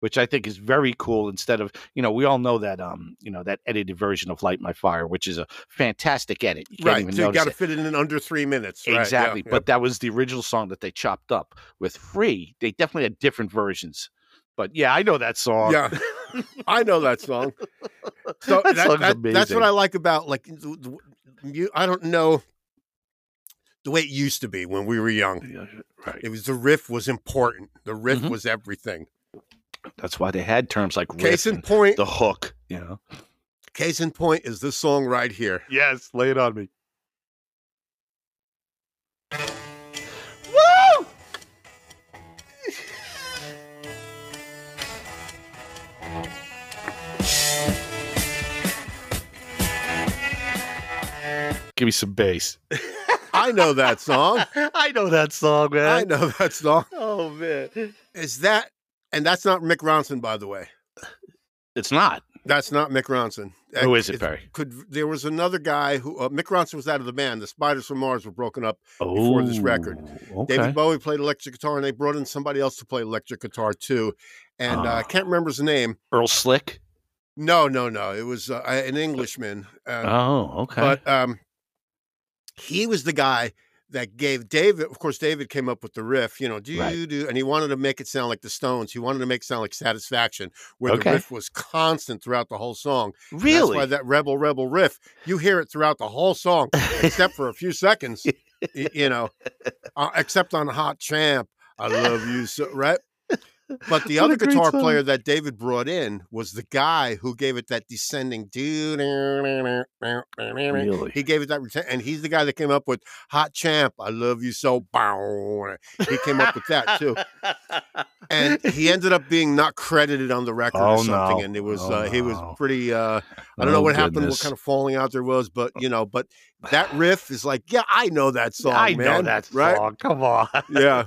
Speaker 5: which I think is very cool. Instead of you know, we all know that um, you know, that edited version of "Light My Fire," which is a fantastic edit. You
Speaker 4: yeah.
Speaker 5: can't
Speaker 4: Right.
Speaker 5: even
Speaker 4: So you
Speaker 5: notice
Speaker 4: got to
Speaker 5: it.
Speaker 4: fit it in under three minutes. right, yeah,
Speaker 5: Exactly,
Speaker 4: yeah.
Speaker 5: but that was the original song that they chopped up. With "Free," they definitely had different versions. But yeah, I know that song.
Speaker 4: Yeah, I know that song. So
Speaker 5: That
Speaker 4: that-
Speaker 5: song's
Speaker 4: that- that's
Speaker 5: amazing.
Speaker 4: what I like about like th- th- you. I don't know the way it used to be when we were young.
Speaker 5: Right.
Speaker 4: It was the riff was important. The riff
Speaker 5: Mhm.
Speaker 4: was everything.
Speaker 5: That's why they had terms like
Speaker 4: Case
Speaker 5: riff
Speaker 4: in
Speaker 5: and
Speaker 4: point.
Speaker 5: the hook. You know.
Speaker 4: case in point is this song right here.
Speaker 5: Yes, lay it on me.
Speaker 6: Woo!
Speaker 5: Give me some bass.
Speaker 4: I know that song.
Speaker 5: I know that song, man.
Speaker 4: Oh. I know that song.
Speaker 5: Oh man,
Speaker 4: Is that? And that's not Mick Ronson, by the way.
Speaker 5: it's not.
Speaker 4: That's not Mick Ronson.
Speaker 5: Who is it,
Speaker 4: It's-
Speaker 5: Barry?
Speaker 4: Could there was another guy who uh, Mick Ronson was out of the band. The Spiders from Mars were broken up. before this record.
Speaker 5: Oh, Okay.
Speaker 4: David Bowie played electric guitar, and they brought in somebody else to play electric guitar too. And uh, I
Speaker 5: Ah.
Speaker 4: can't remember his name.
Speaker 5: Earl Slick.
Speaker 4: No, no, no. It was uh, an Englishman, uh,
Speaker 5: Oh, okay.
Speaker 4: but um, he was the guy that gave David. Of course, David came up with the riff. You know, do
Speaker 5: Right.
Speaker 4: you do, and he wanted to make it sound like the Stones. He wanted to make it sound like Satisfaction, where
Speaker 5: Okay.
Speaker 4: the riff was constant throughout the whole song. That's
Speaker 5: really?
Speaker 4: why that Rebel Rebel riff, you hear it throughout the whole song, except for a few seconds, y- you know, uh, except on Hot Champ. I love you so, right? But the
Speaker 5: What a
Speaker 4: other
Speaker 5: great
Speaker 4: guitar
Speaker 5: song.
Speaker 4: player that David brought in was the guy who gave it that descending do
Speaker 5: Really?
Speaker 4: He gave it that, reta- and he's the guy that came up with "Hot Champ." I love you so. bow. He came up with that too, and he ended up being not credited on the record
Speaker 5: Oh,
Speaker 4: or something.
Speaker 5: no.
Speaker 4: And it was
Speaker 5: Oh,
Speaker 4: uh, he was
Speaker 5: no.
Speaker 4: pretty. Uh, I don't know
Speaker 5: Oh,
Speaker 4: what happened, what
Speaker 5: goodness. Uh,
Speaker 4: kind of falling out there was, but you know, but that riff is like, yeah, I know that song.
Speaker 5: I know
Speaker 4: man,
Speaker 5: that
Speaker 4: right?
Speaker 5: song. Come on.
Speaker 4: Yeah,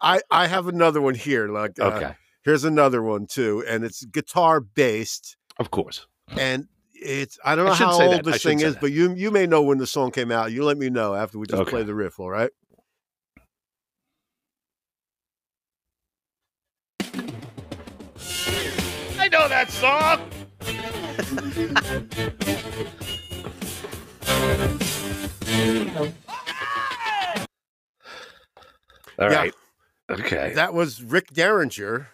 Speaker 4: I I have another one here. Like, uh,
Speaker 5: okay.
Speaker 4: here's another one too, and it's guitar based,
Speaker 5: Of course.
Speaker 4: and it's I don't
Speaker 5: Mm. I
Speaker 4: know
Speaker 5: should
Speaker 4: how
Speaker 5: say
Speaker 4: old
Speaker 5: that. I
Speaker 4: this
Speaker 5: should
Speaker 4: thing
Speaker 5: say
Speaker 4: is,
Speaker 5: that.
Speaker 4: but you you may know when the song came out. You let me know after we just
Speaker 5: Okay.
Speaker 4: play the riff. All right.
Speaker 5: I know that song. All
Speaker 4: Yeah.
Speaker 5: right. Okay.
Speaker 4: That was Rick Derringer.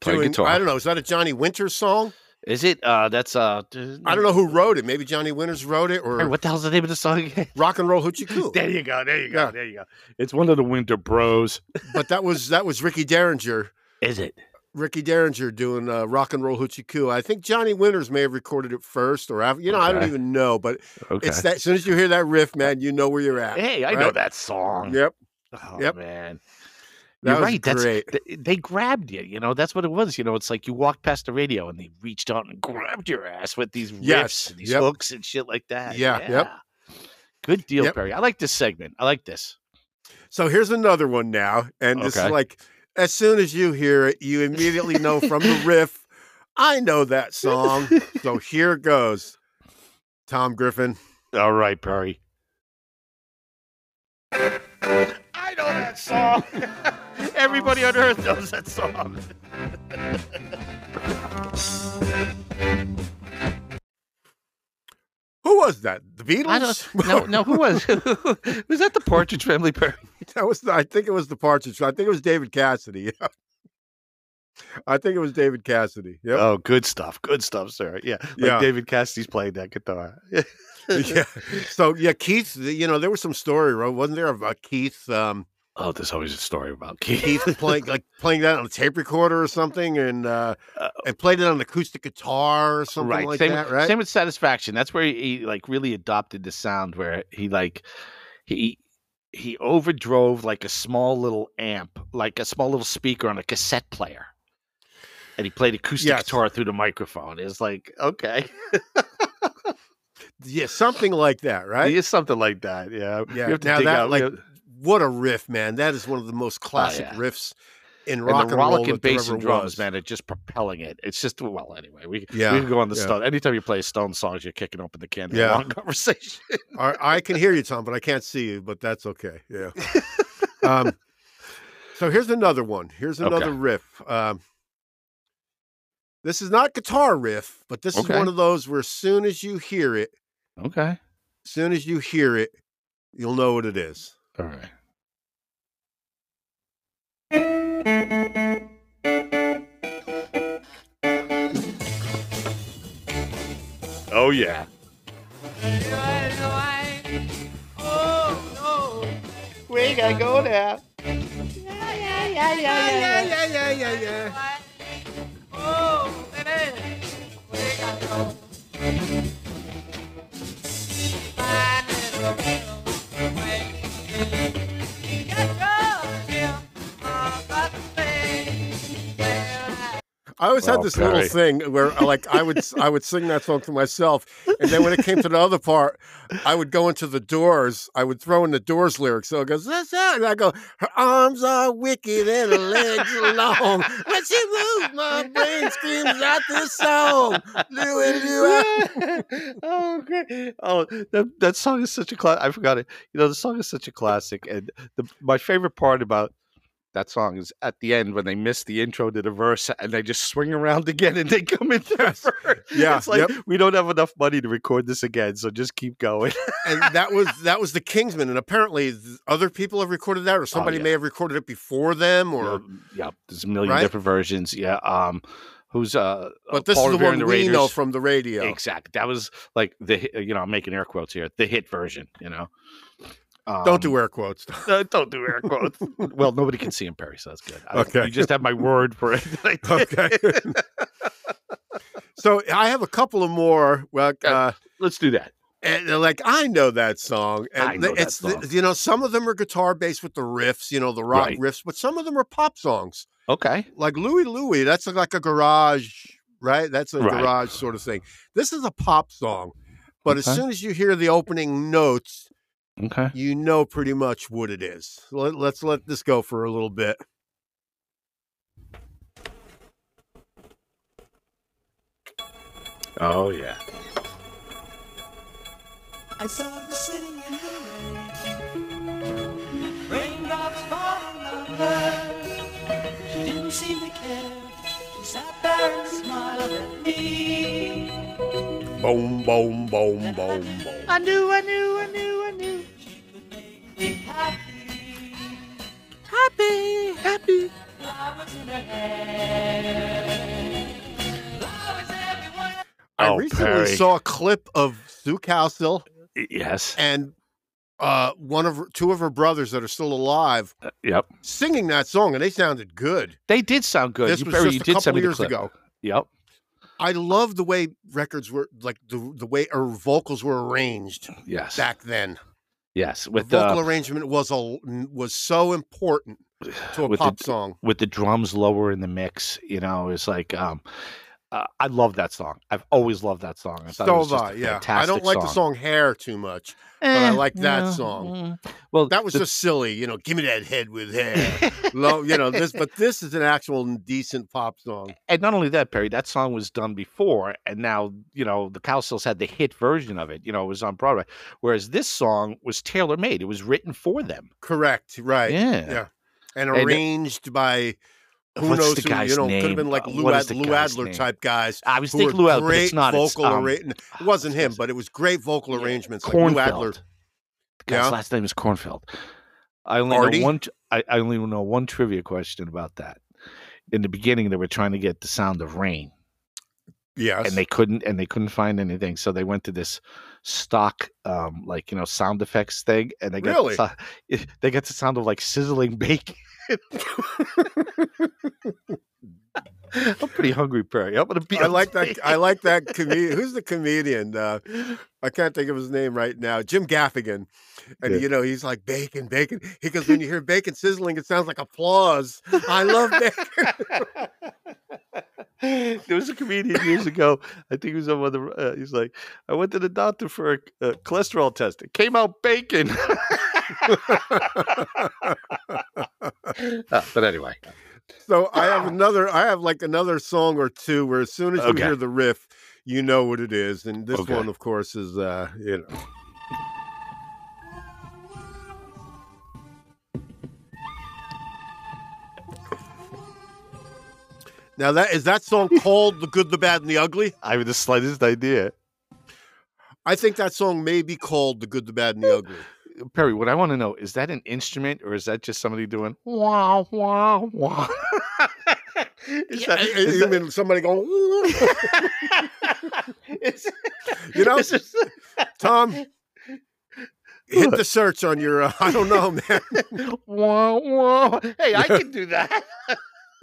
Speaker 5: Play
Speaker 4: doing-
Speaker 5: guitar.
Speaker 4: I don't know. Is that a Johnny Winters song?
Speaker 5: Is it? Uh, that's uh.
Speaker 4: I don't know who wrote it. Maybe Johnny Winters wrote it, or
Speaker 5: what the hell's the name of the song again?
Speaker 4: Rock and Roll Hoochie Coo.
Speaker 5: There you go. There you go.
Speaker 4: Yeah.
Speaker 5: There you go. It's one of the Winter Bros.
Speaker 4: but that was that was Ricky Derringer.
Speaker 5: Is it?
Speaker 4: Ricky Derringer doing uh, rock and roll hoochie coo. I think Johnny Winters may have recorded it first or after. You know, I don't
Speaker 5: Okay.
Speaker 4: even know, but
Speaker 5: Okay.
Speaker 4: it's that. As soon as you hear that riff, man, you know where you're at.
Speaker 5: hey, I know
Speaker 4: right?
Speaker 5: that song.
Speaker 4: Yep,
Speaker 5: Oh
Speaker 4: yep.
Speaker 5: man.
Speaker 4: that
Speaker 5: You're
Speaker 4: was
Speaker 5: right. That's
Speaker 4: great.
Speaker 5: they, they grabbed you. You know that's what it was. You know it's like you walked past the radio and they reached out and grabbed your ass with these riffs,
Speaker 4: Yes,
Speaker 5: and these
Speaker 4: yep.
Speaker 5: hooks, and shit like that.
Speaker 4: Yeah, yep.
Speaker 5: Good deal,
Speaker 4: Yep.
Speaker 5: Perry. I like this segment. I like this.
Speaker 4: So here's another one now, and this is
Speaker 5: Okay.
Speaker 4: like as soon as you hear it, you immediately know from the riff. I know that song. so here goes, Tom Griffin.
Speaker 5: All right, Perry. I know that song. Everybody on earth knows that song.
Speaker 4: Who was that? The
Speaker 5: I
Speaker 4: Beatles?
Speaker 5: don't, no, no, who was was that? The Partridge Family? Par-
Speaker 4: that was. The, I think it was the Partridge. I think it was David Cassidy. Yeah. I think it was David Cassidy. Yep.
Speaker 5: Oh, good stuff, good stuff, sir. Yeah, like
Speaker 4: Yeah.
Speaker 5: David Cassidy's playing that guitar.
Speaker 4: yeah. So yeah, Keith. You know, there was some story, right? Wasn't there about Keith? Um,
Speaker 5: Oh, there's always a story about Keith.
Speaker 4: Keith playing like playing that on a tape recorder or something, and uh,
Speaker 5: Uh,
Speaker 4: and played it on an acoustic guitar or something
Speaker 5: right.
Speaker 4: like
Speaker 5: same,
Speaker 4: that, right?
Speaker 5: Same with Satisfaction. That's where he, he, like really adopted the sound where he like he he overdrove like a small little amp, like a small little speaker on a cassette player. And he played acoustic
Speaker 4: Yes.
Speaker 5: guitar through the microphone. It's like, okay.
Speaker 4: yeah, something like that, right?
Speaker 5: It's something like that. Yeah.
Speaker 4: Yeah,
Speaker 5: We have to
Speaker 4: now
Speaker 5: dig
Speaker 4: that,
Speaker 5: out- we
Speaker 4: like,
Speaker 5: have-
Speaker 4: What a riff, man! That is one of the most classic
Speaker 5: Oh, yeah.
Speaker 4: riffs in
Speaker 5: and
Speaker 4: rock
Speaker 5: the
Speaker 4: and roll.
Speaker 5: rollicking
Speaker 4: that there
Speaker 5: bass and
Speaker 4: ever
Speaker 5: drums,
Speaker 4: was.
Speaker 5: man, are just propelling it. It's just well, anyway, we
Speaker 4: Yeah,
Speaker 5: we can go on the
Speaker 4: yeah.
Speaker 5: Stone. Anytime you play a Stone songs, you're kicking open the can. for a
Speaker 4: Yeah.
Speaker 5: long conversation.
Speaker 4: I, I can hear you, Tom, but I can't see you. But that's okay. Yeah. um, so here's another one. Here's
Speaker 5: Okay.
Speaker 4: another riff. Um, this is not guitar riff, but this is
Speaker 5: Okay.
Speaker 4: one of those where as soon as you hear it,
Speaker 5: okay,
Speaker 4: as soon as you hear it, you'll know what it is.
Speaker 5: all right. Oh yeah.
Speaker 3: Oh,
Speaker 5: We gotta go now.
Speaker 4: yeah, yeah,
Speaker 3: Oh,
Speaker 4: yeah. I always
Speaker 5: Wow,
Speaker 4: had this
Speaker 5: Perry.
Speaker 4: little thing where, uh, like, I would I would sing that song to myself, and then when it came to the other part, I would go into the Doors. I would throw in the Doors lyrics. So it goes, "That's out," and I go, "Her arms are wicked and her legs are long. When she moves, my brain screams out this song." Lou and Lou.
Speaker 5: oh, great! Oh, that, that song is such a class. I forgot it. You know, the song is such a classic, and the, my favorite part about that song is at the end when they miss the intro to the verse and they just swing around again and they come into the verse.
Speaker 4: Yeah,
Speaker 5: it's like
Speaker 4: yep.
Speaker 5: we don't have enough money to record this again, so just keep going.
Speaker 4: And that was that was the Kingsmen, and apparently th- other people have recorded that, or somebody
Speaker 5: Oh, yeah.
Speaker 4: may have recorded it before them, or.
Speaker 5: yeah, there's a million
Speaker 4: Right?
Speaker 5: different versions. Yeah, um, who's uh?
Speaker 4: But this is the one we know from the radio.
Speaker 5: Exactly. That was like the hit- you know I'm making air quotes here the hit version. You know,
Speaker 4: Don't
Speaker 5: Um,
Speaker 4: do air quotes.
Speaker 5: No, don't do air quotes. well, nobody can see him, Perry, so that's good. I-
Speaker 4: Okay.
Speaker 5: You just have my word for it. that I did.
Speaker 4: Okay. so I have a couple of more. Like,
Speaker 5: Okay.
Speaker 4: uh,
Speaker 5: Let's do that.
Speaker 4: and they're like I know that song, and
Speaker 5: I know
Speaker 4: the-
Speaker 5: that
Speaker 4: it's the-
Speaker 5: song.
Speaker 4: you know some of them are guitar based with the riffs, you know the rock
Speaker 5: Right.
Speaker 4: riffs, but some of them are pop songs.
Speaker 5: Okay.
Speaker 4: Like Louie Louie, that's like a garage, right? That's a
Speaker 5: Right.
Speaker 4: garage sort of thing. This is a pop song, but as
Speaker 5: Okay.
Speaker 4: soon as you hear the opening notes,
Speaker 5: Okay.
Speaker 4: you know pretty much what it is. Let, let's let this go for a little bit.
Speaker 5: Oh yeah.
Speaker 6: I saw the city in the rain.
Speaker 2: Raindrops falling on
Speaker 6: She didn't seem to care. She sat there and smiled at me.
Speaker 4: Boom, boom, boom, boom, boom.
Speaker 6: I knew, I knew, I knew, I knew. She would make me happy. Happy, happy. Flowers in her hair. Flowers everywhere.
Speaker 4: I
Speaker 5: Oh,
Speaker 4: recently
Speaker 5: Perry.
Speaker 4: saw a clip of Sue Calcill
Speaker 5: Y- Yes.
Speaker 4: and uh, one of her, two of her brothers that are still alive
Speaker 5: Yep.
Speaker 4: singing that song, and they sounded good.
Speaker 5: They did sound good.
Speaker 4: this
Speaker 5: you,
Speaker 4: was
Speaker 5: Perry,
Speaker 4: just
Speaker 5: you
Speaker 4: a
Speaker 5: did
Speaker 4: couple
Speaker 5: send me the
Speaker 4: years
Speaker 5: clip.
Speaker 4: ago.
Speaker 5: Yep.
Speaker 4: I love the way records were like the the way our vocals were arranged
Speaker 5: Yes.
Speaker 4: back then.
Speaker 5: yes.
Speaker 4: The
Speaker 5: With uh, the,
Speaker 4: vocal arrangement was a was so important to a
Speaker 5: With the-
Speaker 4: pop song.
Speaker 5: with the drums lower in the mix, you know, it's like um uh, I love that song. I've always loved that song. I thought it
Speaker 4: So
Speaker 5: was just a
Speaker 4: I, yeah. I
Speaker 5: fantastic
Speaker 4: don't like the song "Hair" too much. I
Speaker 5: Eh,
Speaker 4: like that
Speaker 5: yeah,
Speaker 4: song.
Speaker 5: mm. Well,
Speaker 4: That was
Speaker 5: the-
Speaker 4: just silly, you know. Give me that head with hair, Lo- you know this. But this is an actual decent pop song.
Speaker 5: and not only that, Perry, that song was done before, and now you know the Cowsills had the hit version of it. You know, it was on Broadway, whereas this song was tailor made. It was written for them.
Speaker 4: Correct, right?
Speaker 5: Yeah.
Speaker 4: Yeah. and
Speaker 5: And it-
Speaker 4: arranged by who
Speaker 5: What's
Speaker 4: knows
Speaker 5: the
Speaker 4: who,
Speaker 5: guy's
Speaker 4: you know, could have
Speaker 5: name?
Speaker 4: been like
Speaker 5: Uh,
Speaker 4: Lou,
Speaker 5: what is
Speaker 4: Ad-
Speaker 5: the
Speaker 4: Lou
Speaker 5: guy's
Speaker 4: Adler
Speaker 5: name?
Speaker 4: type guys.
Speaker 5: I was
Speaker 4: who were
Speaker 5: thinking Lou Adler, but
Speaker 4: great
Speaker 5: it's not.
Speaker 4: vocal
Speaker 5: it's, um,
Speaker 4: arra- It wasn't him, but it was great vocal
Speaker 5: Yeah,
Speaker 4: arrangements. Like Lou Adler.
Speaker 5: Cornfield. The guy's
Speaker 4: Yeah.
Speaker 5: last name is Cornfield. I only
Speaker 4: Artie?
Speaker 5: know one. t- I, I only know one trivia question about that. In the beginning, they were trying to get the sound of rain,
Speaker 4: Yes.
Speaker 5: and they couldn't, and they couldn't find anything. So they went to this stock, um, like you know, sound effects thing, and they got
Speaker 4: Really?
Speaker 5: the, sou- they got the sound of like sizzling bacon. I'm pretty hungry, Perry. I'm gonna be.
Speaker 4: I like that. I like that comedian. Who's the comedian? Uh, I can't think of his name right now. Jim Gaffigan, and
Speaker 5: Yeah.
Speaker 4: you know he's like bacon, bacon. He goes when you hear bacon sizzling, it sounds like applause. I love bacon.
Speaker 5: there was a comedian years ago. I think he was on one of the. Uh, he's like, I went to the doctor for a uh, cholesterol test. It came out bacon. Uh, but anyway,
Speaker 4: So I have another. I have like another song or two where as soon as you
Speaker 5: Okay.
Speaker 4: hear the riff, you know what it is. And this
Speaker 5: Okay.
Speaker 4: one, of course, is uh, you know. Now that is that song called "The Good, the Bad, and the Ugly."
Speaker 5: I have the slightest idea.
Speaker 4: I think that song may be called "The Good, the Bad, and the Ugly."
Speaker 5: Perry, what I want to know is that an instrument or is that just somebody doing wow wow wow? is that,
Speaker 4: I- I-
Speaker 5: is
Speaker 4: you
Speaker 5: that-
Speaker 4: mean somebody going,
Speaker 5: is-
Speaker 4: You know-
Speaker 5: is this-
Speaker 4: Tom? Hit
Speaker 5: What?
Speaker 4: the search on your. Uh, I don't know, man.
Speaker 5: Wah, wah. Hey, I can do that.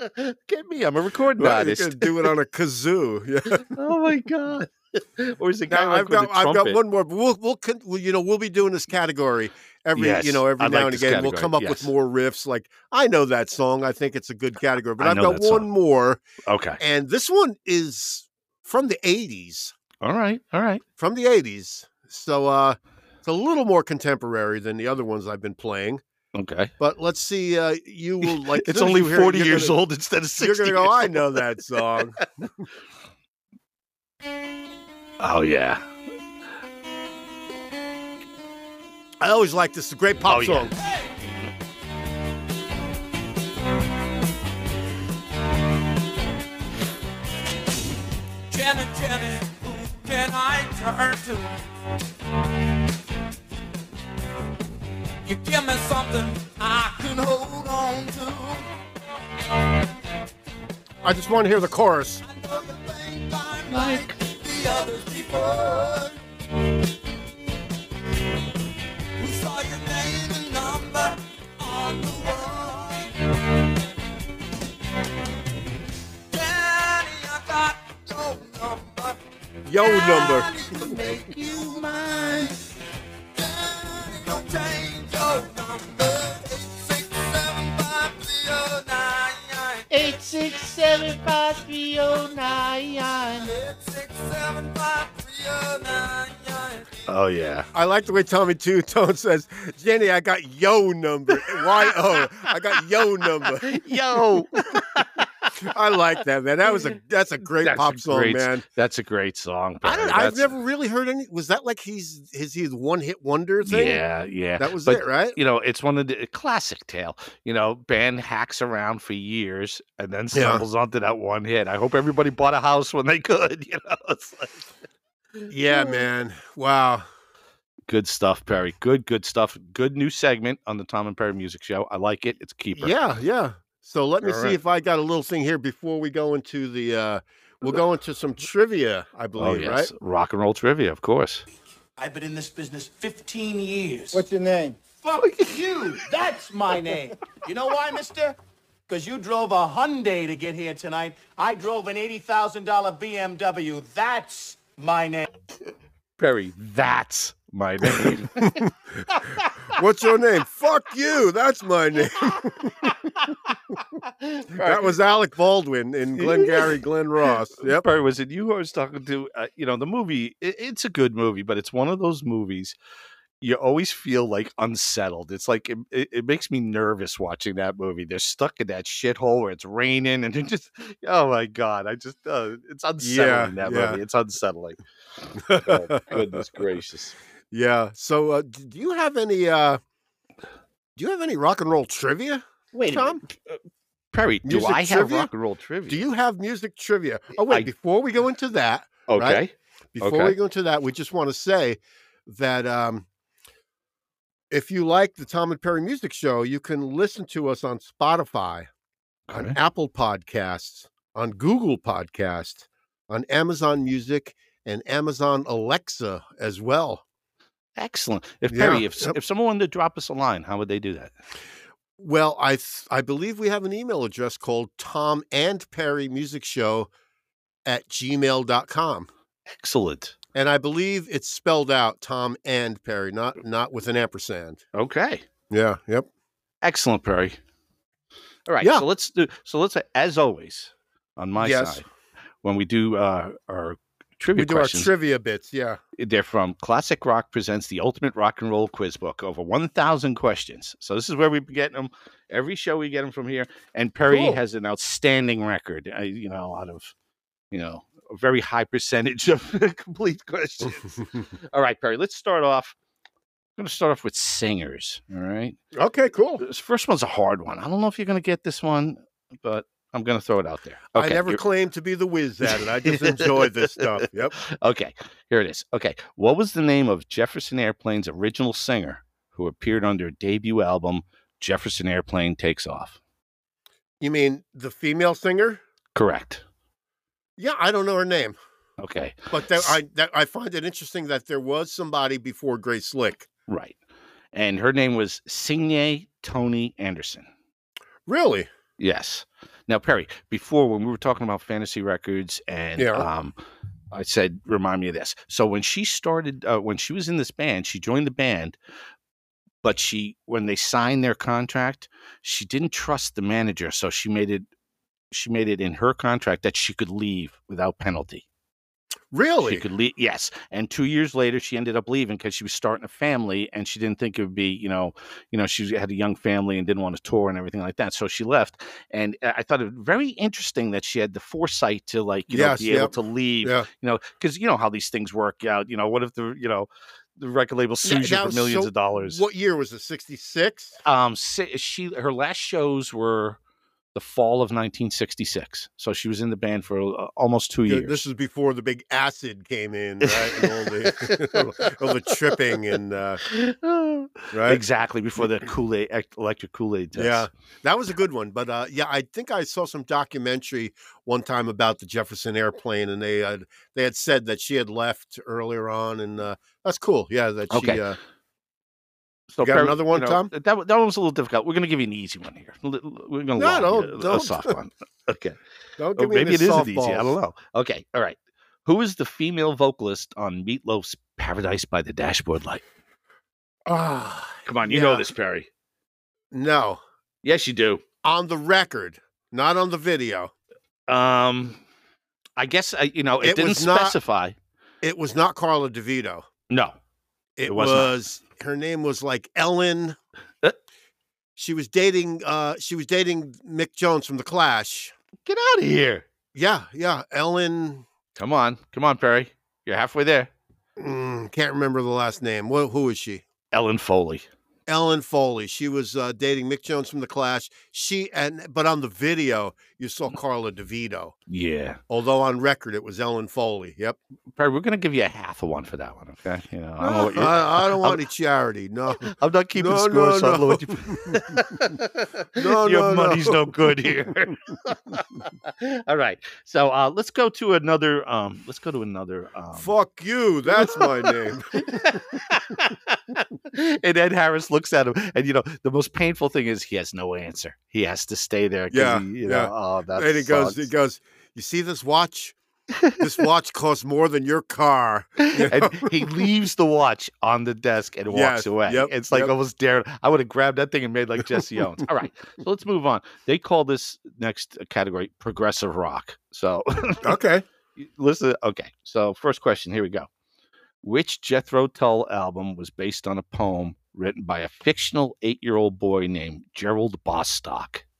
Speaker 5: Get me. I'm a recording
Speaker 4: you could
Speaker 5: artist.
Speaker 4: do it on a kazoo. Yeah.
Speaker 5: Oh my god. Or is it guy
Speaker 4: Now,
Speaker 5: like
Speaker 4: I've
Speaker 5: with
Speaker 4: got
Speaker 5: a
Speaker 4: I've got
Speaker 5: trumpet?
Speaker 4: one more. But we'll we'll, con- we'll you know we'll be doing this category every
Speaker 5: Yes,
Speaker 4: you know every
Speaker 5: I
Speaker 4: now
Speaker 5: like
Speaker 4: and
Speaker 5: this
Speaker 4: again. We'll
Speaker 5: category,
Speaker 4: come up with
Speaker 5: yes.
Speaker 4: more riffs. Like I know that song. I think it's a good category. But
Speaker 5: I
Speaker 4: I've
Speaker 5: know
Speaker 4: got
Speaker 5: that
Speaker 4: one
Speaker 5: song.
Speaker 4: more,
Speaker 5: Okay.
Speaker 4: and this one is from the '80s.
Speaker 5: All right. All right.
Speaker 4: From the '80s. So uh, it's a little more contemporary than the other ones I've been playing.
Speaker 5: Okay.
Speaker 4: But let's see. Uh, you will like.
Speaker 5: It's only 40 years old instead of
Speaker 4: You're
Speaker 5: 60.
Speaker 4: gonna go. I know that song.
Speaker 5: Oh yeah.
Speaker 4: I always like this. It's a great pop
Speaker 5: Oh, yeah.
Speaker 4: song.
Speaker 6: Janet, Janet, who can I turn to? You give me something I can hold on to.
Speaker 4: I just want to hear the chorus.
Speaker 6: I know you think I'm like the others before. Who saw your name and number on the wall? Daddy, I got your number.
Speaker 4: Yo number.
Speaker 6: I need to make you mine. Daddy, don't change your number. Eight, six, seven, five, three, oh,
Speaker 7: Eight six seven five three oh
Speaker 6: nine, nine.
Speaker 7: nine.
Speaker 6: Eight, six, seven, five, three, oh, nine, nine.
Speaker 5: Oh yeah.
Speaker 4: I like the way Tommy Two Tone says, Jenny, I got yo number. Y O. I got yo number.
Speaker 5: Yo.
Speaker 4: I like that, man. That was a that's a great
Speaker 5: That's
Speaker 4: pop
Speaker 5: a
Speaker 4: song,
Speaker 5: great s-
Speaker 4: man.
Speaker 5: That's a great song.
Speaker 4: I
Speaker 5: Perry.
Speaker 4: don't I've
Speaker 5: That's-
Speaker 4: never really heard any was that like he's his he's one hit wonder thing?
Speaker 5: Yeah, yeah.
Speaker 4: That was
Speaker 5: But
Speaker 4: it, right?
Speaker 5: you know, it's one of the a classic tale. You know, band hacks around for years and then
Speaker 4: Yeah.
Speaker 5: stumbles onto that one hit. I hope everybody bought a house when they could. You know, it's like
Speaker 4: Yeah, man. Wow.
Speaker 5: good stuff, Perry. Good, good stuff. Good new segment on the Tom and Perry Music Show. I like it. It's a keeper.
Speaker 4: Yeah, yeah. So let me
Speaker 5: All
Speaker 4: see
Speaker 5: right.
Speaker 4: if I got a little thing here before we go into the uh we'll go into some trivia, I
Speaker 5: Oh
Speaker 4: believe,
Speaker 5: yes,
Speaker 4: right?
Speaker 5: rock and roll trivia, of course.
Speaker 8: I've been in this business 15 years.
Speaker 7: What's your name?
Speaker 8: Fuck you. That's my name. You know why, mister? Because you drove a Hyundai to get here tonight. I drove an $80,000 BMW. That's my name.
Speaker 5: Perry, that's my name.
Speaker 4: What's your name? Fuck you. That's my name. that was Alec Baldwin in Glengarry Glenn Ross. Yep.
Speaker 5: Perry, was it you I was talking to? Uh, you know, the movie. It, it's a good movie, but it's one of those movies you always feel like unsettled. It's like it, it, it makes me nervous watching that movie. They're stuck in that shithole where it's raining, and it just oh my god, I just uh, it's unsettling that
Speaker 4: yeah.
Speaker 5: movie. It's unsettling. Oh, goodness gracious.
Speaker 4: Yeah. So, uh, d- do you have any? uh Do you have any rock and roll trivia,
Speaker 7: Wait a
Speaker 4: Tom?
Speaker 7: minute.
Speaker 5: Perry, do
Speaker 4: Music
Speaker 5: I have
Speaker 4: trivia?
Speaker 5: rock and roll trivia?
Speaker 4: Do you have music trivia? Oh, wait,
Speaker 5: I-
Speaker 4: before we go into that,
Speaker 5: Okay.
Speaker 4: right? Before
Speaker 5: Okay.
Speaker 4: we go into that, we just want to say that um, if you like the Tom and Perry Music Show, you can listen to us on Spotify, on
Speaker 5: Okay.
Speaker 4: Apple Podcasts, on Google Podcasts, on Amazon Music, and Amazon Alexa as well.
Speaker 5: Excellent. If
Speaker 4: Yeah.
Speaker 5: Perry, if,
Speaker 4: Yep.
Speaker 5: if someone wanted to drop us a line, how would they do that?
Speaker 4: Well, I th- I believe we have an email address called Tom and Perry Music Show at gmail.com.
Speaker 5: Excellent.
Speaker 4: And I believe it's spelled out Tom and Perry, not not with an ampersand.
Speaker 5: Okay.
Speaker 4: Yeah. Yep.
Speaker 5: Excellent, Perry. All right.
Speaker 4: Yeah.
Speaker 5: So let's do. So let's, as always, on my
Speaker 4: Yes.
Speaker 5: side, when we do uh, our trivia
Speaker 4: We do
Speaker 5: questions,
Speaker 4: our trivia bits. Yeah.
Speaker 5: they're from Classic Rock Presents the Ultimate Rock and Roll Quiz Book, over 1,000 questions. So this is where we get them. Every show we get them from here. And Perry
Speaker 4: Cool.
Speaker 5: has an outstanding record. I, you know, a lot of, you know, a very high percentage of complete questions. All right, Perry, let's start off. I'm going to start off with singers. All right.
Speaker 4: okay. Cool.
Speaker 5: This Uh, first one's a hard one. I don't know if you're going to get this one, but I'm going to throw it out there.
Speaker 4: I never
Speaker 5: you're-
Speaker 4: claimed to be the whiz at it. I just enjoy this stuff. Yep.
Speaker 5: Okay, here it is. Okay, what was the name of Jefferson Airplane's original singer who appeared on their debut album, Jefferson Airplane Takes Off?
Speaker 4: You mean the female singer?
Speaker 5: Correct.
Speaker 4: Yeah, I don't know her name,
Speaker 5: Okay,
Speaker 4: but that, I that, I find it interesting that there was somebody before Grace Slick.
Speaker 5: right. And her name was Signe Tony Anderson.
Speaker 4: Really?
Speaker 5: Yes. Now, Perry, before when we were talking about fantasy records, and
Speaker 4: Yeah.
Speaker 5: um, I said, remind me of this. So when she started, uh, when she was in this band, she joined the band, but she, when they signed their contract, she didn't trust the manager, so she made it, she made it in her contract that she could leave without penalty. She
Speaker 4: Really?
Speaker 5: could leave. Yes. And two years later, she ended up leaving because she was starting a family, and she didn't think it would be, you know, you know, she had a young family and didn't want to tour and everything like that. So she left. And I I thought it very interesting that she had the foresight to, like, you
Speaker 4: Yes,
Speaker 5: know, be able
Speaker 4: yep.
Speaker 5: to leave.
Speaker 4: Yeah.
Speaker 5: You know, because you know how these things work out. You know, what if the, you know, the record label sues
Speaker 4: now,
Speaker 5: you for millions
Speaker 4: so
Speaker 5: of dollars?
Speaker 4: What year was it? Sixty six.
Speaker 5: Um, si- she her last shows were. The fall of 1966, so she was in the band for uh, almost two years.
Speaker 4: This is before the big acid came in, right? And all the all the tripping and uh,
Speaker 5: Oh.
Speaker 4: right.
Speaker 5: Exactly before the Kool Aid electric Kool Aid test.
Speaker 4: Yeah, that was a good one. But uh, yeah, I think I saw some documentary one time about the Jefferson Airplane, and they had, they had said that she had left earlier on, and uh, that's cool. Yeah, that she.
Speaker 5: Okay.
Speaker 4: Uh,
Speaker 5: So
Speaker 4: You got
Speaker 5: Perry,
Speaker 4: another one, Tom?
Speaker 5: That, that one was a little difficult. We're going to give you an easy one here. L- l- We're going to
Speaker 4: No, don't-
Speaker 5: you a- a
Speaker 4: don't.
Speaker 5: soft one. Okay.
Speaker 4: don't
Speaker 5: Oh,
Speaker 4: give me
Speaker 5: maybe it
Speaker 4: any
Speaker 5: is an easy. I
Speaker 4: softballs.
Speaker 5: don't know. Okay. All right. Who is the female vocalist on Meatloaf's Paradise by the Dashboard Light?
Speaker 4: Ah,
Speaker 5: Come on, you know
Speaker 4: Yeah.
Speaker 5: this, Perry.
Speaker 4: no,
Speaker 5: Yes, you do.
Speaker 4: on the record, not on the video.
Speaker 5: Um, I guess I, you know it,
Speaker 4: It
Speaker 5: didn't
Speaker 4: was not-
Speaker 5: specify.
Speaker 4: It was not Carla DeVito.
Speaker 5: No.
Speaker 4: It,
Speaker 5: It was
Speaker 4: was,
Speaker 5: not.
Speaker 4: her name was like Ellen.
Speaker 5: Uh.
Speaker 4: She was dating. Uh, she was dating Mick Jones from The Clash.
Speaker 5: Get out of here.
Speaker 4: Yeah, yeah, Ellen.
Speaker 5: Come on, come on, Perry. You're halfway there.
Speaker 4: Mm, can't remember the last name. Wh- who is she?
Speaker 5: Ellen Foley.
Speaker 4: Ellen Foley. She was uh, dating Mick Jones from The Clash. She and but on the video you
Speaker 5: Mm.
Speaker 4: saw Carla DeVito.
Speaker 5: Yeah.
Speaker 4: Although on record it was Ellen Foley. Yep.
Speaker 5: Perry, we're going to give you a half of one for that one. Okay. You know, I don't know what you're.
Speaker 4: I, I don't want any charity. No.
Speaker 5: I'm not keeping
Speaker 4: No,
Speaker 5: score,
Speaker 4: no,
Speaker 5: so I don't know what you.
Speaker 4: No,
Speaker 5: Your
Speaker 4: no, no.
Speaker 5: money's no. good here. All right, so uh, let's go to another. Um, let's go to another. Um,
Speaker 4: Fuck you. That's my name.
Speaker 5: and Ed Harris looks at him, and you know the most painful thing is he has no answer. He has to stay there. 'cause
Speaker 4: Yeah,
Speaker 5: he, you
Speaker 4: yeah.
Speaker 5: Know, oh, that
Speaker 4: and he goes. He
Speaker 5: sucks.
Speaker 4: goes. You see this watch? This watch costs more than your car. You know?
Speaker 5: and he leaves the watch on the desk and walks
Speaker 4: Yes,
Speaker 5: away.
Speaker 4: yep,
Speaker 5: it's like
Speaker 4: yep.
Speaker 5: almost dared. I would have grabbed that thing and made like Jesse Owens. All right, so let's move on. They call this next category progressive rock. So
Speaker 4: okay.
Speaker 5: listen, okay. So first question, here we go. Which Jethro Tull album was based on a poem written by a fictional eight-year-old boy named Gerald Bostock?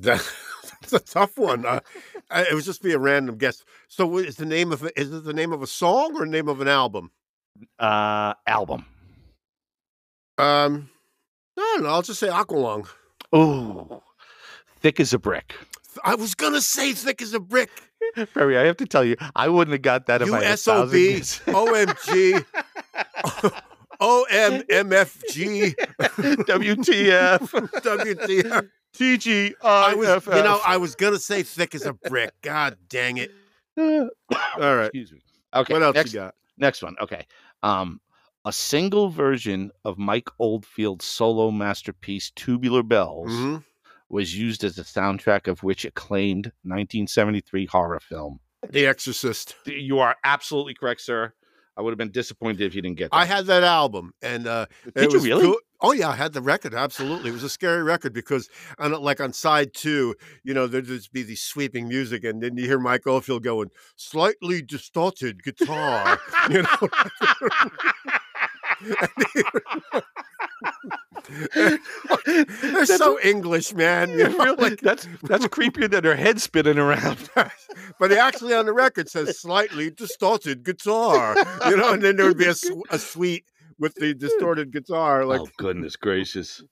Speaker 4: That, that's a tough one. Uh, I, it would just be a random guess. So, what is the name of is it the name of a song or the name of an album?
Speaker 5: Uh, album.
Speaker 4: Um, no, no. I'll just say Aqualung.
Speaker 5: Ooh, Thick as a brick.
Speaker 4: I was gonna say thick as a brick.
Speaker 5: Perry, I have to tell you, I wouldn't have got that if I had a thousand
Speaker 4: USOB,
Speaker 5: years.
Speaker 4: OMG, OMMFG,
Speaker 5: WTF.
Speaker 4: WTF.
Speaker 5: TGIFF.
Speaker 4: I was, you know, I was gonna say thick as a brick. God dang it! All right,
Speaker 5: Excuse me. Okay.
Speaker 4: what else
Speaker 5: next,
Speaker 4: you got?
Speaker 5: Next one. Okay. Um, a single version of Mike Oldfield's solo masterpiece, Tubular Bells,
Speaker 4: Mhm.
Speaker 5: was used as the soundtrack of which acclaimed 1973 horror film.
Speaker 4: The Exorcist.
Speaker 5: You are absolutely correct, sir. I would have been disappointed if you didn't get that.
Speaker 4: I had that album, and uh, it
Speaker 5: Did you
Speaker 4: was
Speaker 5: really?
Speaker 4: good- Oh yeah, I had the record. Absolutely, it was a scary record because, on like on side two, you know, there'd just be these sweeping music, and then you hear Mike Oldfield going slightly distorted guitar, you know. They're
Speaker 5: That's-
Speaker 4: so English, man. You know, like,
Speaker 5: that's that's creepier than her head spinning around.
Speaker 4: but it actually on the record says slightly distorted guitar, you know, and then there would be a, su- a suite with the distorted guitar, like.
Speaker 5: oh goodness gracious!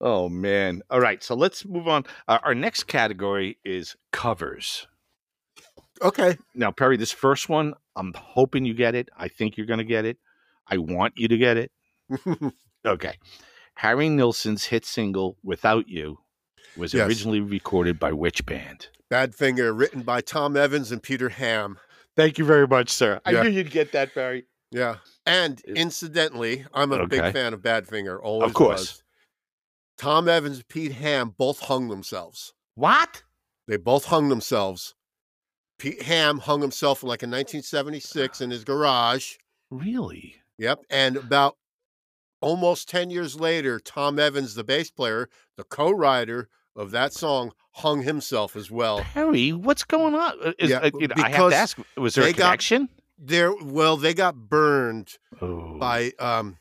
Speaker 5: Oh man! All right, so let's move on. Uh, our next category is covers.
Speaker 4: Okay.
Speaker 5: Now, Perry, this first one, I'm hoping you get it. I think you're going to get it. I want you to get it. Okay. Harry Nilsson's hit single "Without You" was
Speaker 4: Yes.
Speaker 5: originally recorded by which band?
Speaker 4: Bad Finger, written by Tom Evans and Peter Ham.
Speaker 5: Thank you very much, sir.
Speaker 4: Yeah.
Speaker 5: I knew you'd get that, Barry.
Speaker 4: Yeah. And
Speaker 5: It-
Speaker 4: incidentally, I'm a
Speaker 5: Okay.
Speaker 4: big fan of Bad Finger. Always
Speaker 5: course.
Speaker 4: was. Tom Evans and Pete Ham both hung themselves.
Speaker 5: What?
Speaker 4: They both hung themselves. Pete Ham hung himself like in 1976 in his garage.
Speaker 5: Really?
Speaker 4: Yep. And about almost 10 years later, Tom Evans, the bass player, the co writer of that song, hung himself as
Speaker 5: Oh.
Speaker 4: well.
Speaker 5: Harry, what's going on? Uh, Is,
Speaker 4: Yeah,
Speaker 5: uh, you know, I have
Speaker 4: because
Speaker 5: to ask, was there a
Speaker 4: they got-
Speaker 5: connection?
Speaker 4: There, well, they got burned
Speaker 5: oh.
Speaker 4: by um,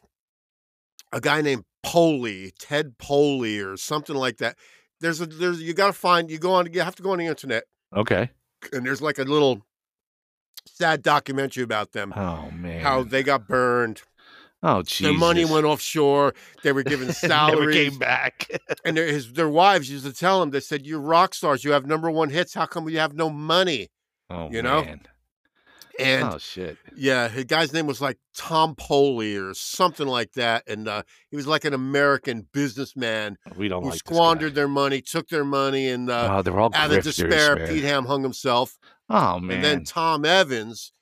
Speaker 4: a guy named Poley, Ted Poley, or something like that. There's a there's you gotta find you go on you have to go on the internet
Speaker 5: Okay.
Speaker 4: and there's like a little sad documentary about them
Speaker 5: Oh man.
Speaker 4: how they got burned.
Speaker 5: oh Jesus.
Speaker 4: Their money went offshore. They were given
Speaker 5: Never
Speaker 4: salaries,
Speaker 5: came back.
Speaker 4: and their his their wives used to tell him they said you're rock stars, you have number one hits. How come you have no money?
Speaker 5: Oh
Speaker 4: You know?
Speaker 5: man.
Speaker 4: And
Speaker 5: oh shit.
Speaker 4: Yeah, the guy's name was like Tom Poley or something like that, and uh, he was like an American businessman
Speaker 5: We don't
Speaker 4: who
Speaker 5: like this guy.
Speaker 4: squandered their money, took their money, and uh,
Speaker 5: oh, they're all
Speaker 4: out of
Speaker 5: grifters,
Speaker 4: despair,
Speaker 5: man.
Speaker 4: Pete Ham hung himself.
Speaker 5: Oh man.
Speaker 4: And then Tom Evans,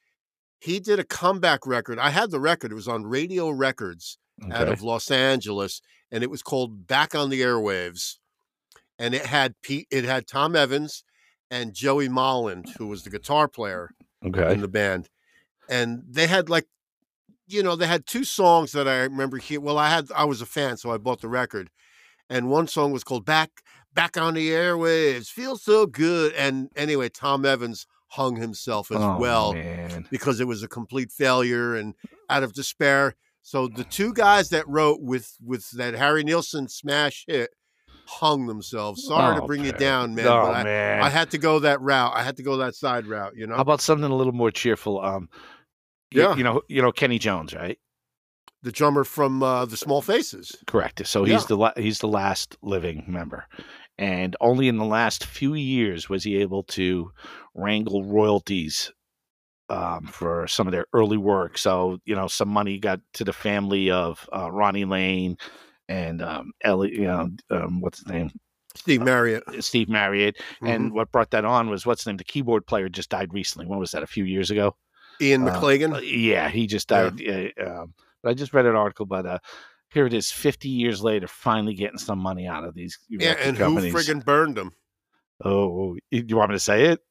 Speaker 4: he did a comeback record. I had the record; it was on Radio Records out
Speaker 5: Okay.
Speaker 4: of Los Angeles, and it was called "Back on the Airwaves," and it had Pete, it had Tom Evans, and Joey Molland, who was the guitar player in
Speaker 5: okay.
Speaker 4: the band, and they had like, you know, they had two songs that I remember here. Well, I had I was a fan, so I bought the record, and one song was called "Back Back on the Airwaves," feels so good. And anyway, Tom Evans hung himself as
Speaker 5: Oh,
Speaker 4: well
Speaker 5: man.
Speaker 4: because it was a complete failure and
Speaker 5: Oh.
Speaker 4: out of despair. So the two guys that wrote with with that Harry Nilsson smash hit hung themselves. Sorry to
Speaker 5: Oh,
Speaker 4: bring you
Speaker 5: Perry.
Speaker 4: down, man.
Speaker 5: oh
Speaker 4: but I,
Speaker 5: man.
Speaker 4: I had to go that route. I had to go that side route. You know.
Speaker 5: How about something a little more cheerful? Um, you-
Speaker 4: Yeah.
Speaker 5: you know, you know Kenny Jones, right?
Speaker 4: the drummer from uh, the Small Faces.
Speaker 5: Correct. So
Speaker 4: Yeah.
Speaker 5: he's the la- he's the last living member, and only in the last few years was he able to wrangle royalties um, for some of their early work. So you know, some money got to the family of uh, Ronnie Lane and um, Ellie. You know, um, what's his name?
Speaker 4: Steve Marriott. mm-hmm.
Speaker 5: Steve Marriott. Uh, And what brought that on was what's his name? The keyboard player just died recently. When was that? A few years ago.
Speaker 4: Ian
Speaker 5: uh,
Speaker 4: McClagan.
Speaker 5: Uh, yeah, he just
Speaker 4: Yeah.
Speaker 5: died. Yeah. um, but I just read an article, but uh, here it is, 50 years later, finally getting some money out of these
Speaker 4: yeah,
Speaker 5: record
Speaker 4: and
Speaker 5: companies.
Speaker 4: who friggin' burned him?
Speaker 5: oh, you you want me to say it?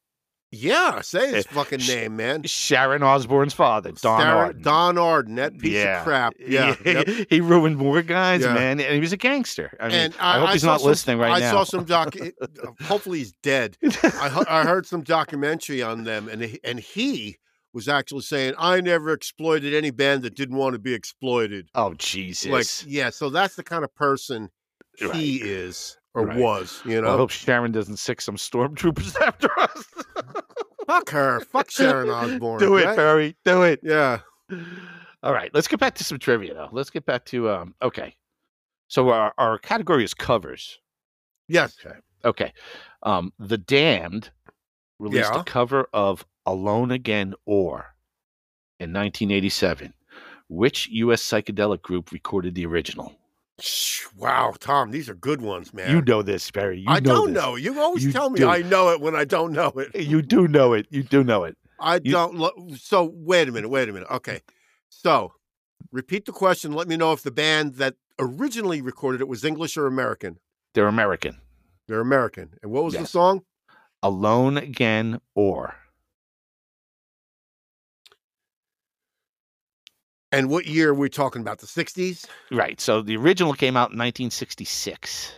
Speaker 4: Yeah, say his
Speaker 5: Eh,
Speaker 4: fucking
Speaker 5: sh-
Speaker 4: name, man.
Speaker 5: Sharon Osbourne's father, Don
Speaker 4: Sarah-
Speaker 5: Arden.
Speaker 4: Don Arden, that piece of crap. Yeah. yep.
Speaker 5: he ruined more guys,
Speaker 4: Yeah.
Speaker 5: man, and he was a gangster. I mean,
Speaker 4: And
Speaker 5: I, hope he's
Speaker 4: saw
Speaker 5: not
Speaker 4: some-
Speaker 5: listening right
Speaker 4: I
Speaker 5: now.
Speaker 4: saw some doc. it- hopefully, he's dead. I, hu- I heard some documentary on them, and he- and he was actually saying, "I never exploited any band that didn't want to be exploited."
Speaker 5: oh Jesus!
Speaker 4: Like, yeah. So that's the kind of person
Speaker 5: Right.
Speaker 4: he is or
Speaker 5: Right.
Speaker 4: was. You
Speaker 5: I
Speaker 4: know,
Speaker 5: hope Sharon doesn't sick some stormtroopers after us.
Speaker 4: fuck her, fuck Sharon Osbourne.
Speaker 5: Do it,
Speaker 4: right?
Speaker 5: Barry. Do it.
Speaker 4: Yeah.
Speaker 5: All right, let's get back to some trivia though. Let's get back to um okay. So our, our category is covers.
Speaker 4: Yes.
Speaker 5: Okay. Okay. Um, the Damned released
Speaker 4: Yeah.
Speaker 5: a cover of Alone Again or in 1987. Which U.S. psychedelic group recorded the original?
Speaker 4: Shh, Wow, Tom, these are good ones, man.
Speaker 5: You know this, Barry. You
Speaker 4: I
Speaker 5: know
Speaker 4: don't
Speaker 5: this.
Speaker 4: know. You always
Speaker 5: You
Speaker 4: tell me
Speaker 5: do.
Speaker 4: I know it when I don't know it.
Speaker 5: You do know it. You do know it.
Speaker 4: I
Speaker 5: You-
Speaker 4: don't. Lo- so wait a minute. Wait a minute. Okay. So repeat the question. Let me know if the band that originally recorded it was English or American.
Speaker 5: They're American.
Speaker 4: They're American. And what was the
Speaker 5: Yes.
Speaker 4: song?
Speaker 5: Alone Again or.
Speaker 4: And what year are we talking about? The '60s.
Speaker 5: Right. So the original came out in 1966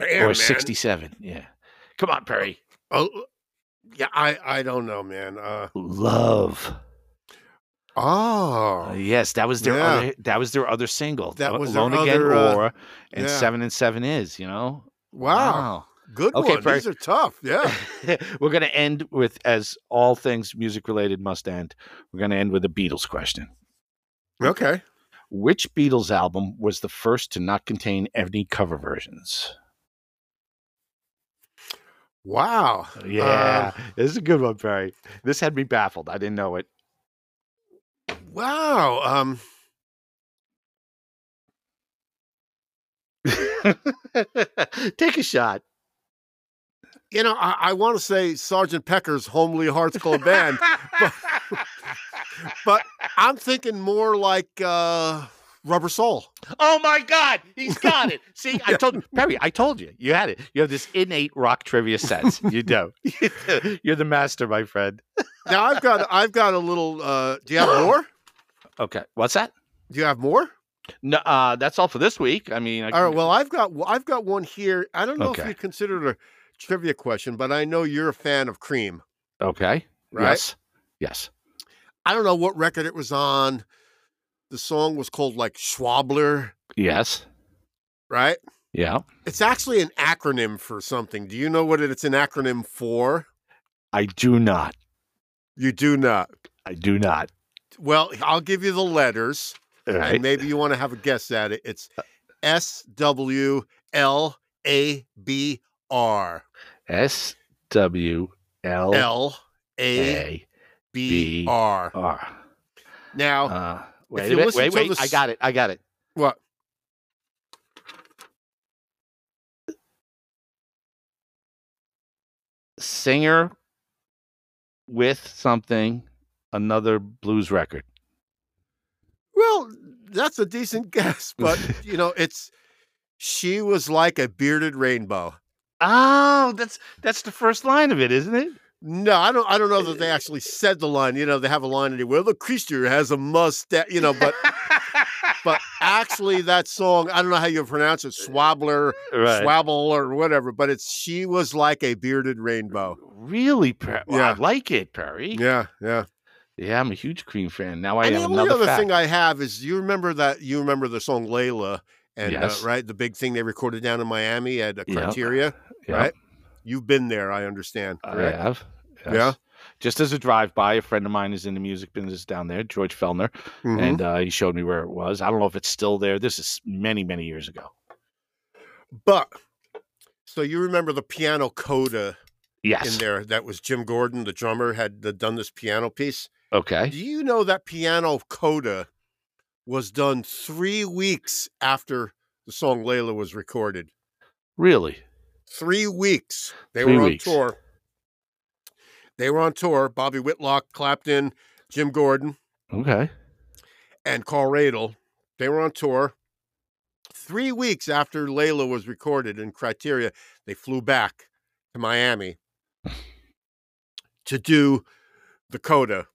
Speaker 4: Damn,
Speaker 5: or
Speaker 4: man.
Speaker 5: 67. Yeah. Come on, Perry.
Speaker 4: Oh, yeah. I I don't know, man. Uh,
Speaker 5: Love.
Speaker 4: oh,
Speaker 5: Uh, yes, that was their
Speaker 4: yeah.
Speaker 5: other that was their other single.
Speaker 4: That
Speaker 5: uh,
Speaker 4: was their
Speaker 5: Alone Again
Speaker 4: other, uh,
Speaker 5: or and
Speaker 4: yeah.
Speaker 5: 7 and 7 is, you know.
Speaker 4: wow. Good
Speaker 5: Okay,
Speaker 4: one.
Speaker 5: Perry.
Speaker 4: These are tough. Yeah.
Speaker 5: Wow. We're going to end with as all things music related must end. We're going to end with a Beatles question.
Speaker 4: okay.
Speaker 5: Which Beatles album was the first to not contain any cover versions?
Speaker 4: Wow.
Speaker 5: Oh, Yeah,
Speaker 4: Um,
Speaker 5: this is a good one, Perry. This had me baffled. I didn't know it.
Speaker 4: Uh, wow. Um.
Speaker 5: Take a shot.
Speaker 4: You know, I, I want to say Sergeant Pecker's Homely Hearts Club Band. but, but I'm thinking more like uh, Rubber Soul.
Speaker 5: Oh my God, he's got it. See, I told Perry, I told you, you had it. You have this innate rock trivia sense. You do. You're the master, my friend.
Speaker 4: Now I've got I've got a little. Uh, do you have more?
Speaker 5: Okay, what's that?
Speaker 4: Do you have more?
Speaker 5: No, uh, that's all for this week. I mean, I
Speaker 4: All right.
Speaker 5: can-
Speaker 4: Well, I've got I've got one here. I don't know if
Speaker 5: Okay.
Speaker 4: you consider it a trivia question, but I know you're a fan of Cream,
Speaker 5: okay,
Speaker 4: right?
Speaker 5: yes, yes.
Speaker 4: I don't know what record it was on. The song was called like Schwabler,
Speaker 5: Yes.
Speaker 4: right?
Speaker 5: Yeah.
Speaker 4: It's actually an acronym for something. Do you know what it's an acronym for?
Speaker 5: I do not.
Speaker 4: You do not.
Speaker 5: I do not.
Speaker 4: Well, I'll give you the letters,
Speaker 5: All
Speaker 4: and
Speaker 5: right.
Speaker 4: maybe you want to have a guess at it. It's S W L A B R
Speaker 5: S W L
Speaker 4: L Oh, A
Speaker 5: A
Speaker 4: B R.
Speaker 5: R.
Speaker 4: Now,
Speaker 5: Uh,
Speaker 4: Oh, you
Speaker 5: wait, a minute,
Speaker 4: listen
Speaker 5: wait,
Speaker 4: to
Speaker 5: wait.
Speaker 4: the
Speaker 5: I
Speaker 4: s-
Speaker 5: got it. I got it.
Speaker 4: what?
Speaker 5: Singer with something, another blues record.
Speaker 4: Well, that's a decent guess, but you know, it's she was like a bearded rainbow.
Speaker 5: Oh, that's that's the first line of it, isn't it?
Speaker 4: No, I don't. I don't know that they actually said the line. You know, they have a line anywhere. The creature has a mustache. You know, but but actually, that song. I don't know how you pronounce it. Swabbler.
Speaker 5: Right.
Speaker 4: swabble or whatever, but it's she was like a bearded rainbow.
Speaker 5: Really, Perry?
Speaker 4: Yeah.
Speaker 5: I like it, Perry. Yeah.
Speaker 4: Yeah, yeah.
Speaker 5: I'm a huge Cream fan. Now Mm-hmm. I
Speaker 4: and
Speaker 5: have
Speaker 4: the only
Speaker 5: another
Speaker 4: other
Speaker 5: fact.
Speaker 4: thing I have is you remember that you remember the song Layla and
Speaker 5: Yes.
Speaker 4: uh, right the big thing they recorded down in Miami at uh,
Speaker 5: Yep.
Speaker 4: Criteria,
Speaker 5: Yep. Oh,
Speaker 4: right? You've been there, I understand.
Speaker 5: I
Speaker 4: correct?
Speaker 5: have.
Speaker 4: Yeah.
Speaker 5: Just as a drive by, a friend of mine is in the music business down there, George Fellner,
Speaker 4: Mhm.
Speaker 5: and uh, he showed me where it was. I don't know if it's still there. This is many, many years ago.
Speaker 4: But so you remember the piano coda
Speaker 5: Yes.
Speaker 4: in there that was Jim Gordon, the drummer, had uh, done this piano piece.
Speaker 5: Okay.
Speaker 4: Do you know that piano coda was done three weeks after the song Layla was recorded?
Speaker 5: Really?
Speaker 4: three weeks. They
Speaker 5: Three
Speaker 4: were on
Speaker 5: weeks.
Speaker 4: tour. They were on tour. Bobby Whitlock, Clapton, Jim Gordon,
Speaker 5: Okay.
Speaker 4: and Carl Radle. They were on tour. Three weeks after Layla was recorded in Criteria, they flew back to Miami to do the coda.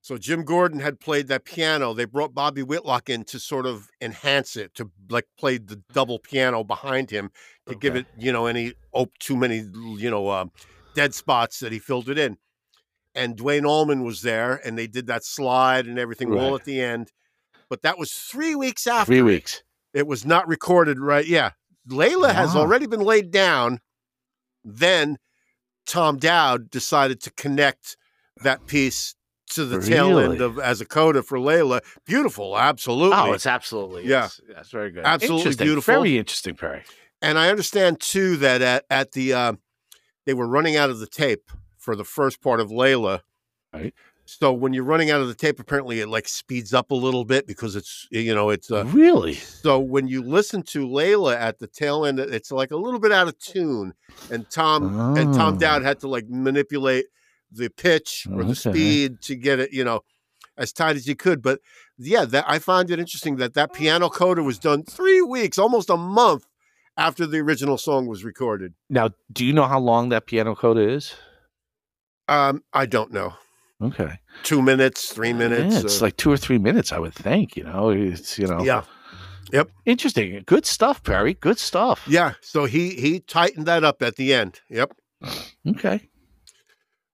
Speaker 4: So Jim Gordon had played that piano. They brought Bobby Whitlock in to sort of enhance it, to like play the double piano behind him to give it,
Speaker 5: Okay.
Speaker 4: you know, any oh, too many, you know, um, dead spots that he filled it in. And Dwayne Allman was there, and they did that slide and everything all
Speaker 5: Right.
Speaker 4: at the end. But that was three weeks after
Speaker 5: Three weeks.
Speaker 4: it was not recorded right. Yeah. Layla has
Speaker 5: Wow.
Speaker 4: already been laid down. Then Tom Dowd decided to connect that piece to the tail end
Speaker 5: Really?
Speaker 4: of as a coda for Layla. Beautiful, absolutely.
Speaker 5: Oh, it's absolutely.
Speaker 4: Yeah.
Speaker 5: Yes. That's very good.
Speaker 4: Absolutely
Speaker 5: Interesting.
Speaker 4: beautiful.
Speaker 5: Very interesting, Perry.
Speaker 4: And I understand too that at, at the uh, they were running out of the tape for the first part of Layla.
Speaker 5: Right.
Speaker 4: So when you're running out of the tape, apparently it like speeds up a little bit because it's you know it's uh,
Speaker 5: really?
Speaker 4: so when you listen to Layla at the tail end, it's like a little bit out of tune, and Tom and Tom
Speaker 5: Eh. Oh.
Speaker 4: Dowd had to like manipulate the pitch or the
Speaker 5: Okay.
Speaker 4: speed to get it, you know, as tight as he could. But yeah, that I find it interesting that that
Speaker 5: Mm.
Speaker 4: piano coda was done three weeks, almost a month after the original song was recorded.
Speaker 5: Now, do you know how long that piano coda is?
Speaker 4: Um, I don't know,
Speaker 5: Okay.
Speaker 4: two minutes, three
Speaker 5: Yeah,
Speaker 4: minutes.
Speaker 5: it's
Speaker 4: uh,
Speaker 5: like two or three minutes, I would think. You know, it's you know,
Speaker 4: yeah,
Speaker 5: interesting. Good stuff, Perry. Good stuff.
Speaker 4: yeah. So he he tightened that up at the end. Yep.
Speaker 5: Okay.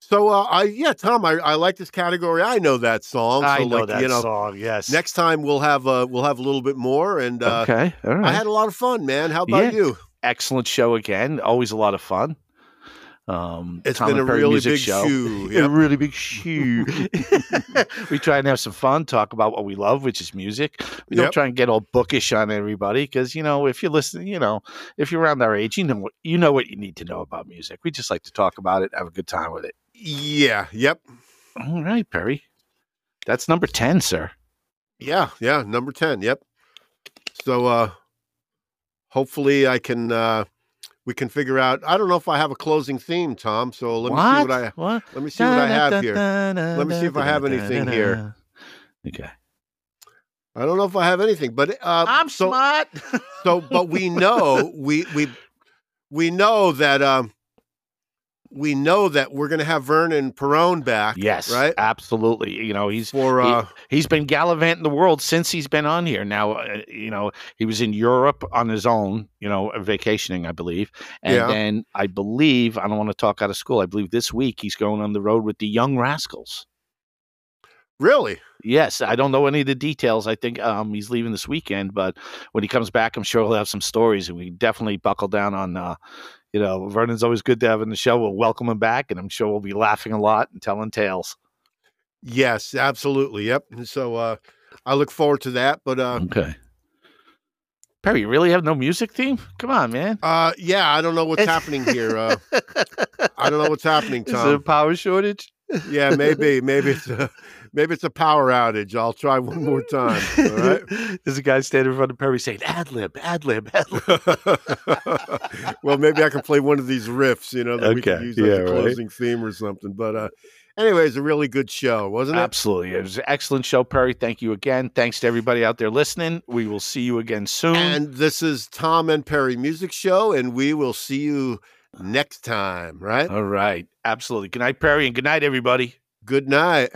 Speaker 4: So uh, I yeah, Tom, I, I like this category. I know that song. So
Speaker 5: I know
Speaker 4: like,
Speaker 5: that
Speaker 4: you know,
Speaker 5: song. Yes.
Speaker 4: Next time we'll have uh we'll have a little bit more and uh
Speaker 5: okay. All right.
Speaker 4: I had a lot of fun, man. How about
Speaker 5: Yeah.
Speaker 4: you?
Speaker 5: Excellent show again. Always a lot of fun. Um,
Speaker 4: It's
Speaker 5: Tom
Speaker 4: been
Speaker 5: and
Speaker 4: a
Speaker 5: Perry
Speaker 4: really
Speaker 5: Music
Speaker 4: big
Speaker 5: show.
Speaker 4: shoe.
Speaker 5: A
Speaker 4: Yep.
Speaker 5: really big shoe. we try and have some fun, talk about what we love, which is music. We don't
Speaker 4: Yep.
Speaker 5: try and get all bookish on everybody because you know if you're listening, you know if you're around our age, you know what- you know what you need to know about music. We just like to talk about it, have a good time with it.
Speaker 4: Yeah, yep.
Speaker 5: All right, Perry, that's number ten, sir.
Speaker 4: Yeah, yeah, number 10, yep. So uh hopefully I can uh we can figure out I don't know if I have a closing theme, Tom, so let me see what I
Speaker 5: what?
Speaker 4: let me see what I have here.
Speaker 5: Let
Speaker 4: me see if I have anything here.
Speaker 5: Okay.
Speaker 4: I don't know if I have anything, but uh
Speaker 8: I'm
Speaker 4: so
Speaker 8: smart.
Speaker 4: so but we know we we we know that um we know that we're gonna have Vernon Perone back.
Speaker 5: Yes.
Speaker 4: Right?
Speaker 5: Absolutely. You know he's
Speaker 4: For
Speaker 5: he-
Speaker 4: uh
Speaker 5: He's been gallivanting the world since he's been on here. Now, uh, you know, he was in Europe on his own, you know, uh, vacationing, I believe. And
Speaker 4: Yeah.
Speaker 5: then I believe, I don't want to talk out of school, I believe this week he's going on the road with the Young Rascals.
Speaker 4: really
Speaker 5: Yes, I don't know any of the details. I think um, he's leaving this weekend, but when he comes back, I'm sure he'll have some stories, and we can definitely buckle down on. Uh, you know, Vernon's always good to have on the show. We'll welcome him back, and I'm sure we'll be laughing a lot and telling tales.
Speaker 4: Yes, absolutely. Yep. And so uh I look forward to that. But uh
Speaker 5: Okay. Perry, you really have no music theme? Come on, man.
Speaker 4: uh yeah, I don't know what's
Speaker 5: It's-
Speaker 4: happening here. Uh I don't know what's happening,
Speaker 5: Is there a
Speaker 4: Tom.
Speaker 5: power shortage?
Speaker 4: Yeah, maybe maybe it's a maybe it's a power outage. I'll try one more time. All right.
Speaker 5: There's a guy standing in front of Perry saying, ad lib, ad lib, ad lib.
Speaker 4: well, maybe I can play one of these riffs, you know, that we can
Speaker 5: Okay,
Speaker 4: use
Speaker 5: yeah,
Speaker 4: as a
Speaker 5: right.
Speaker 4: closing theme or something. But uh anyways, a really good show, wasn't it?
Speaker 5: Absolutely. It was an excellent show, Perry. Thank you again. Thanks to everybody out there listening. We will see you again soon.
Speaker 4: And this is Tom and Perry Music Show, and we will see you next time, right?
Speaker 5: Uh, All right. Absolutely. Good night, Perry, and good night, everybody.
Speaker 4: Good night.